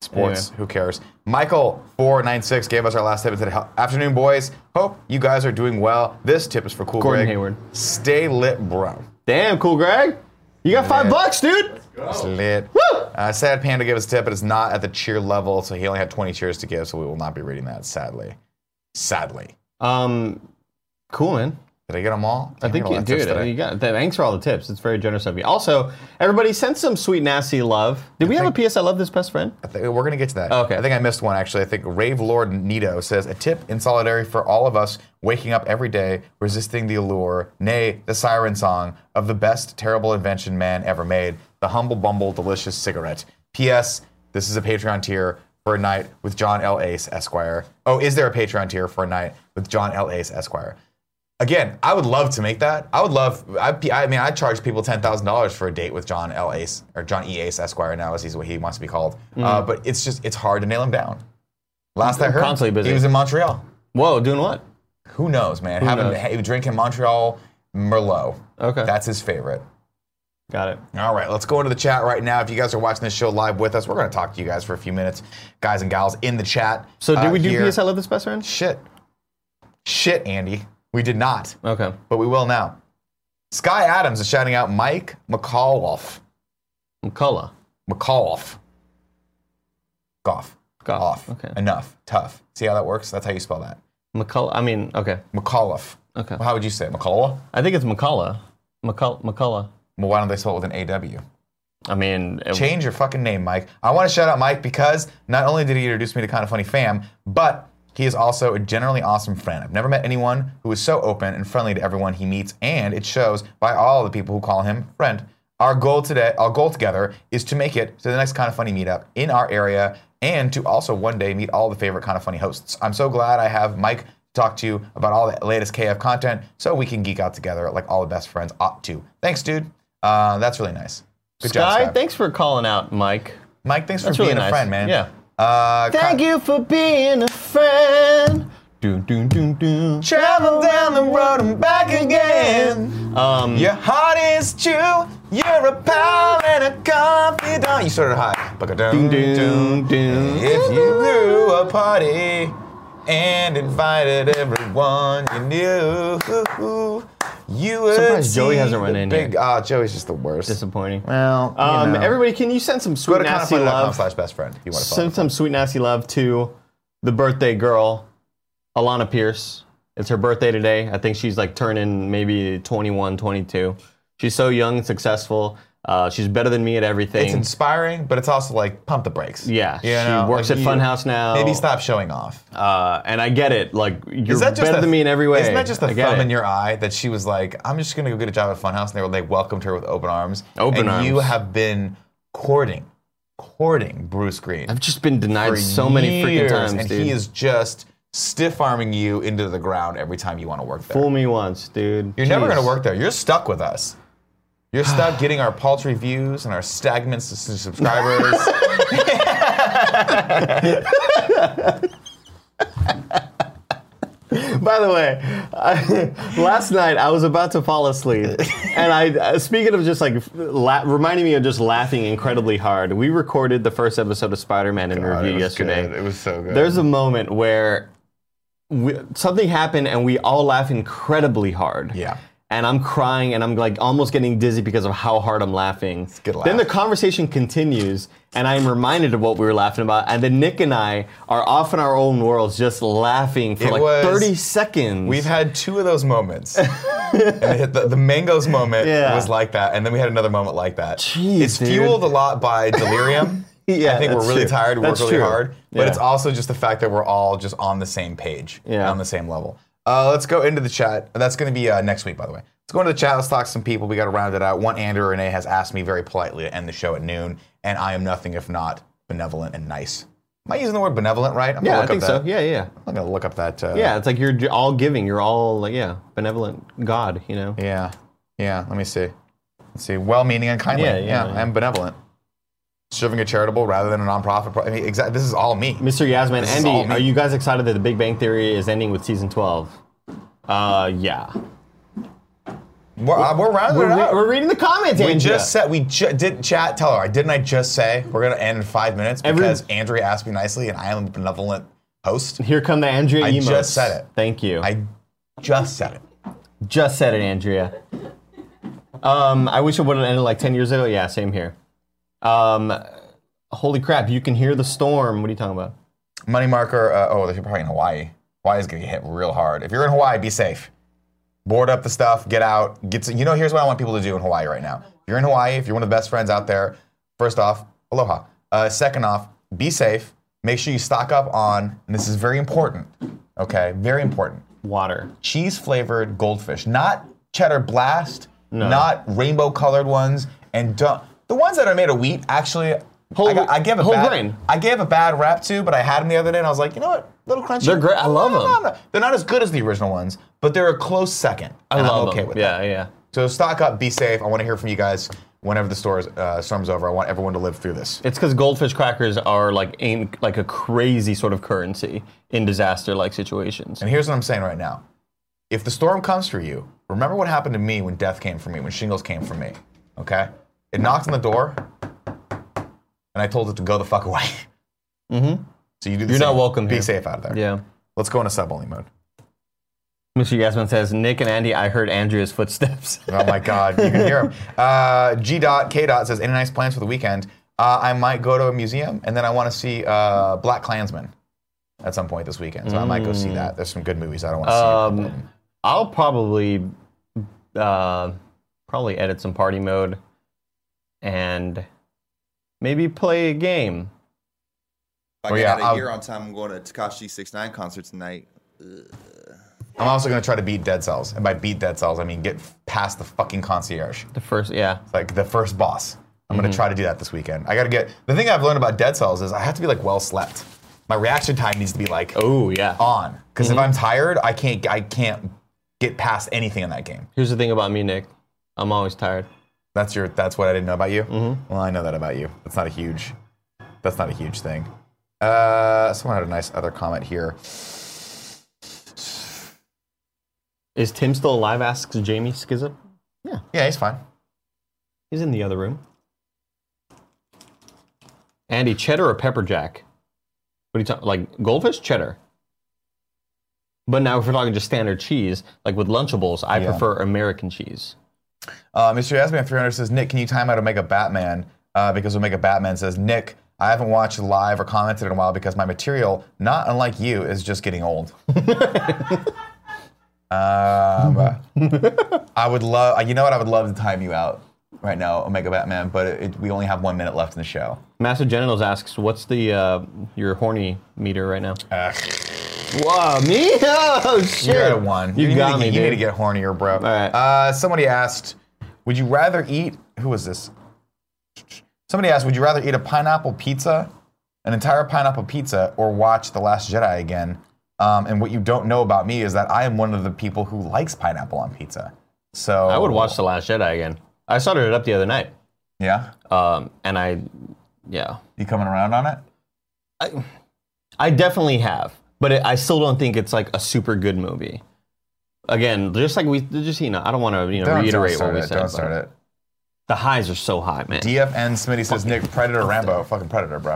S1: sports. Who cares? Michael four nine six gave us our last tip and said, "Hel- "Afternoon, boys. Hope you guys are doing well. This tip is for cool
S2: Gordon
S1: Greg.
S2: Hayward.
S1: Stay lit, bro.
S2: Damn, cool Greg. You got five
S1: Yeah.
S2: bucks, dude.
S1: It's lit. Uh, Sad Panda gave us a tip, but it's not at the cheer level, so he only had 20 cheers to give, so we will not be reading that. Sadly, sadly.
S2: Um, cool man.
S1: Did I get them all?
S2: I think
S1: got all
S2: you
S1: the
S2: do
S1: tips
S2: it.
S1: today.
S2: You got th- Thanks for all the tips. It's very generous of you. Also, everybody send some sweet nasty love. Did we have a PS I love this best friend?
S1: I think- We're going to get to that.
S2: Okay.
S1: I think I missed one actually. I think Rave Lord Nito says a tip in solidarity for all of us waking up every day, resisting the allure, nay, the siren song of the best terrible invention man ever made, the humble bumble delicious cigarette. P.S. This is a Patreon tier for a night with John L. Ace Esquire. Oh, is there a Patreon tier for a night with John L. Ace Esquire? Again, I would love to make that. I would love. I, I mean, I charge people ten thousand dollars for a date with John L. Ace or John E. Ace Esquire now, as he's what he wants to be called.
S2: Mm.
S1: Uh, but it's just it's hard to nail him down. Last I heard,
S2: Constantly busy.
S1: he was in Montreal.
S2: Whoa, doing what?
S1: Who knows, man? Having
S2: knows?
S1: he was drinking Montreal Merlot.
S2: Okay.
S1: That's his favorite.
S2: Got it.
S1: All right, let's go into the chat right now. If you guys are watching this show live with us, we're going to talk to you guys for a few minutes, guys and gals in the chat.
S2: So did
S1: uh,
S2: we do
S1: here.
S2: PS I Love This Best Friend?
S1: Shit. Shit, Andy. We did not,
S2: Okay.
S1: but we will now. Sky Adams is shouting out Mike McAuliffe.
S2: McCullough.
S1: McAuliffe. Goff.
S2: Goff,
S1: Off.
S2: okay.
S1: Enough. Tough. See how that works? That's how you spell that.
S2: McCullough. I mean, okay.
S1: McAuliffe.
S2: Okay.
S1: Well, how would you say it? McCullough?
S2: I think it's McCullough. McCull- McCullough.
S1: Well, why don't they spell it with an AW?
S2: I mean, it-
S1: Change your fucking name, Mike. I want to shout out Mike because not only did he introduce me to Kind of Funny fam, but he is also a generally awesome friend. I've never met anyone who is so open and friendly to everyone he meets, and it shows by all the people who call him friend. Our goal today, our goal together, is to make it to the next Kind of Funny meetup in our area, and to also one day meet all the favorite Kind of Funny hosts. I'm so glad I have Mike to talk to you about all the latest KF content, so we can geek out together like all the best friends ought to. Thanks, dude. Uh, that's really nice. Good job,
S2: Sky,
S1: Scott.
S2: thanks for calling out, Mike.
S1: Mike, thanks
S2: That's
S1: for
S2: really
S1: being
S2: nice.
S1: a friend, man.
S2: Yeah.
S1: Uh,
S2: Thank you for being a friend. Do do do do.
S1: Travel down the road and back again.
S2: Um,
S1: Your heart is true. You're a pal and a confidant. You started high.
S2: Doo, doo, doo.
S1: If you threw a party and invited everyone you knew, you would.
S2: Surprised Joey
S1: see
S2: hasn't run
S1: the
S2: in
S1: big,
S2: yet.
S1: Ah, Joey's just the worst.
S2: Disappointing.
S1: well, you
S2: um,
S1: know.
S2: everybody, can you send some
S1: go
S2: sweet
S1: to
S2: nasty
S1: kindoffunny.com
S2: love?
S1: slash best friend. If you want to follow.
S2: Send some sweet nasty love to the birthday girl, Alana Pierce. It's her birthday today. I think she's like turning maybe 21, 22. She's so young and successful. Uh, she's better than me at
S1: It's
S2: everything.
S1: inspiring, but it's also like pump the brakes.
S2: yeah,
S1: You
S2: she
S1: know,
S2: works
S1: like
S2: at
S1: you-
S2: Funhouse now.
S1: Maybe stop showing off.
S2: Uh, and I get it. Like you're
S1: Is that just
S2: better
S1: a-
S2: than me in every way.
S1: Isn't that just a
S2: I get
S1: thumb
S2: it.
S1: in your eye that she was like, "I'm just gonna go get a job at Funhouse," and they were like, welcomed her with open arms.
S2: Open
S1: and You
S2: arms.
S1: have been courting, courting Bruce Green
S2: I've just been denied
S1: for
S2: so many freaking
S1: years,
S2: times,
S1: and
S2: dude.
S1: he is just stiff arming you into the ground every time you want to work there.
S2: Fool me once, dude.
S1: You're never
S2: Jeez.
S1: gonna work there. You're stuck with us. You're stuck getting our paltry views and our stagnant s- s- subscribers.
S2: By the way, I, last night I was about to fall asleep, and I uh, speaking of just like la- reminding me of just laughing incredibly hard. We recorded the first episode of Spider-Man in
S1: God, it
S2: review
S1: was
S2: yesterday.
S1: good. It was so good.
S2: There's a moment where we, something happened, and we all laugh incredibly hard.
S1: Yeah.
S2: And I'm crying, and I'm like almost getting dizzy because of how hard I'm laughing.
S1: a good
S2: Then the
S1: laugh.
S2: conversation continues, and I'm reminded of what we were laughing about. And then Nick and I are off in our own worlds, just laughing for
S1: It
S2: like
S1: was-
S2: 30 seconds.
S1: We've had two of those moments. and we had the, the mangoes moment
S2: Yeah.
S1: was like that, and then we had another moment like that.
S2: Jeez,
S1: it's
S2: dude.
S1: fueled a lot by delirium.
S2: Yeah,
S1: I think we're
S2: that's
S1: really
S2: true.
S1: tired. We
S2: That's
S1: work really
S2: true.
S1: hard, but
S2: Yeah.
S1: it's also just the fact that we're all just on the same page,
S2: Yeah.
S1: and on the same level. Uh, let's go into the chat. That's going to be uh, next week, by the way. Let's go into the chat. Let's talk to some people. We got to round it out. One Andrew Renee has asked me very politely to end the show at noon, and I am nothing if not benevolent and nice. Am I using the word benevolent right? I'm gonna
S2: yeah, I
S1: look
S2: think
S1: up
S2: so.
S1: that.
S2: Yeah, yeah.
S1: I'm gonna look up that. Uh,
S2: Yeah, it's like you're j- all giving. You're all like, yeah, benevolent God, you know?
S1: Yeah. Yeah. Let me see. Let's see. Well meaning and kindly.
S2: Yeah,
S1: Yeah.
S2: yeah, yeah.
S1: I'm benevolent. Serving a charitable rather than a nonprofit. Pro- I mean, exactly. This is all me.
S2: Mr. Yasmin,
S1: This is
S2: Andy,
S1: all me.
S2: are you guys excited that The Big Bang Theory is ending with season 12? Uh, yeah.
S1: We're, uh, we're rounding
S2: We're,
S1: it
S2: re-
S1: out.
S2: we're reading the comments,
S1: we
S2: Andrea.
S1: just said we ju- did chat. Tell her I didn't. I just say we're gonna end in five minutes
S2: Every-
S1: because Andrea asked me nicely, and I am a benevolent host.
S2: Here come the Andrea
S1: I
S2: emotes.
S1: just said it.
S2: Thank you.
S1: I just said it.
S2: just said it, Andrea. Um, I wish it would have ended like 10 years ago. Yeah, same here. Um, holy crap, you can hear the storm. What are you talking about?
S1: Money marker. Uh, oh, they're probably in Hawaii. Hawaii's gonna get hit real hard. If you're in Hawaii, be safe. Board up the stuff. Get out. Get. To, you know, here's what I want people to do in Hawaii right now. If you're in Hawaii, if you're one of the best friends out there, first off, aloha. Uh, second off, be safe. Make sure you stock up on, and this is very important. Okay, very important.
S2: Water.
S1: Cheese flavored goldfish, not cheddar blast, not rainbow colored ones, and don't, the ones that are made of wheat. Actually,
S2: Whole,
S1: I, got, I gave a
S2: whole
S1: bad,
S2: grain.
S1: I gave a bad rap to, but I had them the other day, and I was like, you know what, little crunchy.
S2: They're great. I love 'em.
S1: They're not as good as the original ones, but they're a close second.
S2: I
S1: and I'm
S2: love
S1: okay
S2: them.
S1: with that.
S2: yeah, yeah.
S1: So stock up, be safe. I want to hear from you guys whenever the store uh, storm's over. I want everyone to live through this.
S2: It's because goldfish crackers are like aim, like a crazy sort of currency in disaster-like situations.
S1: And here's what I'm saying right now: if the storm comes for you, remember what happened to me when death came for me, when shingles came for me. Okay, it knocked on the door, and I told it to go the fuck away. Mm-hmm. So you do. The
S2: You're not
S1: same.
S2: welcome
S1: Be
S2: here.
S1: safe out there.
S2: Yeah.
S1: Let's go into sub only mode.
S2: Mr. Yasmin says, Nick and Andy, I heard Andrea's footsteps.
S1: Oh my God, you can hear him. Uh, G dot K dot says, any nice plans for the weekend? Uh, I might go to a museum, and then I want to see uh, Black Klansman at some point this weekend. So I might go see that. There's some good movies I don't want to see.
S2: Mm. Um, I'll probably uh, probably edit some party mode and maybe play a game.
S6: I
S1: Oh,
S6: get
S1: yeah,
S6: out of
S1: I'll-
S6: here on time, I'm going to Takashi 69 concert tonight.
S1: I'm also going to try to beat Dead Cells, and by beat Dead Cells, I mean get f- past the fucking concierge,
S2: The first, yeah.
S1: It's like the first boss. I'm going to try to do that this weekend. I got to get the thing I've learned about Dead Cells is I have to be like well slept. My reaction time needs to be like
S2: Oh yeah.
S1: on because if I'm tired, I can't I can't get past anything in that game.
S2: Here's the thing about me, Nick. I'm always tired.
S1: That's your. That's what I didn't know about you. Well, I know that about you. That's not a huge. That's not a huge thing. Uh, someone had a nice other comment here.
S2: Is Tim still alive? Asks Jamie Schism.
S1: Yeah, he's fine.
S2: He's in the other room. Andy, cheddar or pepper jack? What are you talking? Like goldfish, cheddar. But now, if we're talking just standard cheese, like with Lunchables, I prefer American cheese.
S1: Uh, Mr. Yasmin 300 says, Nick, can you time out Omega Batman? Uh, because Omega Batman says, Nick, I haven't watched live or commented in a while because my material, not unlike you, is just getting old. um, I would love, you know what? I would love to time you out right now, Omega Batman, but it, we only have one minute left in the show.
S2: Master Genitals asks, "What's the uh, your horny meter right now?"
S1: Uh,
S2: Wow, me? Oh shit!
S1: You're at a one.
S2: You,
S1: need
S2: got
S1: to,
S2: me,
S1: get- You
S2: dude.
S1: need to get hornier, bro.
S2: right.
S1: Uh, somebody asked, "Would you rather eat?" Who was this? Somebody asked, "Would you rather eat a pineapple pizza, an entire pineapple pizza, or watch The Last Jedi again?" Um, and what you don't know about me is that I am one of the people who likes pineapple on pizza. So
S2: I would watch The Last Jedi again. I started it up the other night,
S1: Yeah,
S2: um, and I, yeah,
S1: you coming around on it?
S2: I definitely have, but it, I still don't think it's like a super good movie. Again, just like we, just you know, I don't want to you know
S1: Don't- don't
S2: reiterate
S1: start
S2: what we
S1: it,
S2: said.
S1: Don't
S2: but
S1: start it.
S2: The highs are so high, man.
S1: DFN Smitty says Nick Predator Rambo, fucking Predator, bro.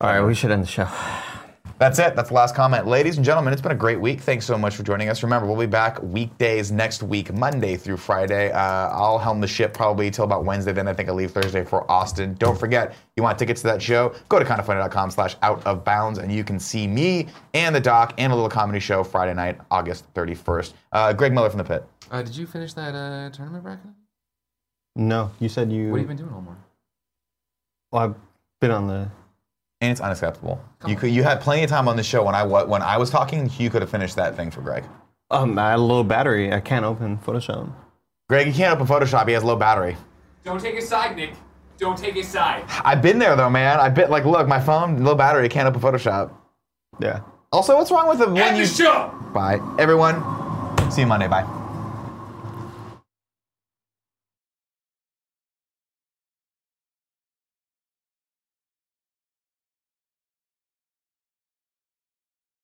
S2: All right, we should end the show.
S1: That's it. That's the last comment. Ladies and gentlemen, it's been a great week. Thanks so much for joining us. Remember, we'll be back weekdays next week, Monday through Friday. Uh, I'll helm the ship probably till about Wednesday. Then I think I leave Thursday for Austin. Don't forget, you want tickets to that show? Go to kindoffunny.com slash out of bounds, and you can see me and the doc and a little comedy show Friday night, August 31st. Uh, Greg Miller from The Pit.
S9: Uh, did you finish that uh, tournament bracket?
S2: No, you said you.
S9: What have you been doing all morning?
S2: well, I've been on the.
S1: And it's unacceptable. You, could, you had plenty of time on the show when I, wa- when I was talking. You could have finished that thing for Greg.
S2: Um, I had a low battery. I can't open Photoshop.
S1: Greg, you can't open Photoshop. He has low battery.
S10: Don't take a side, Nick. Don't take a side.
S1: I've been there though, man. I've been like, look, my phone, low battery, can't open Photoshop.
S2: Yeah.
S1: Also, what's wrong with the when
S10: End
S1: you
S10: the show!
S1: bye everyone? See you Monday. Bye.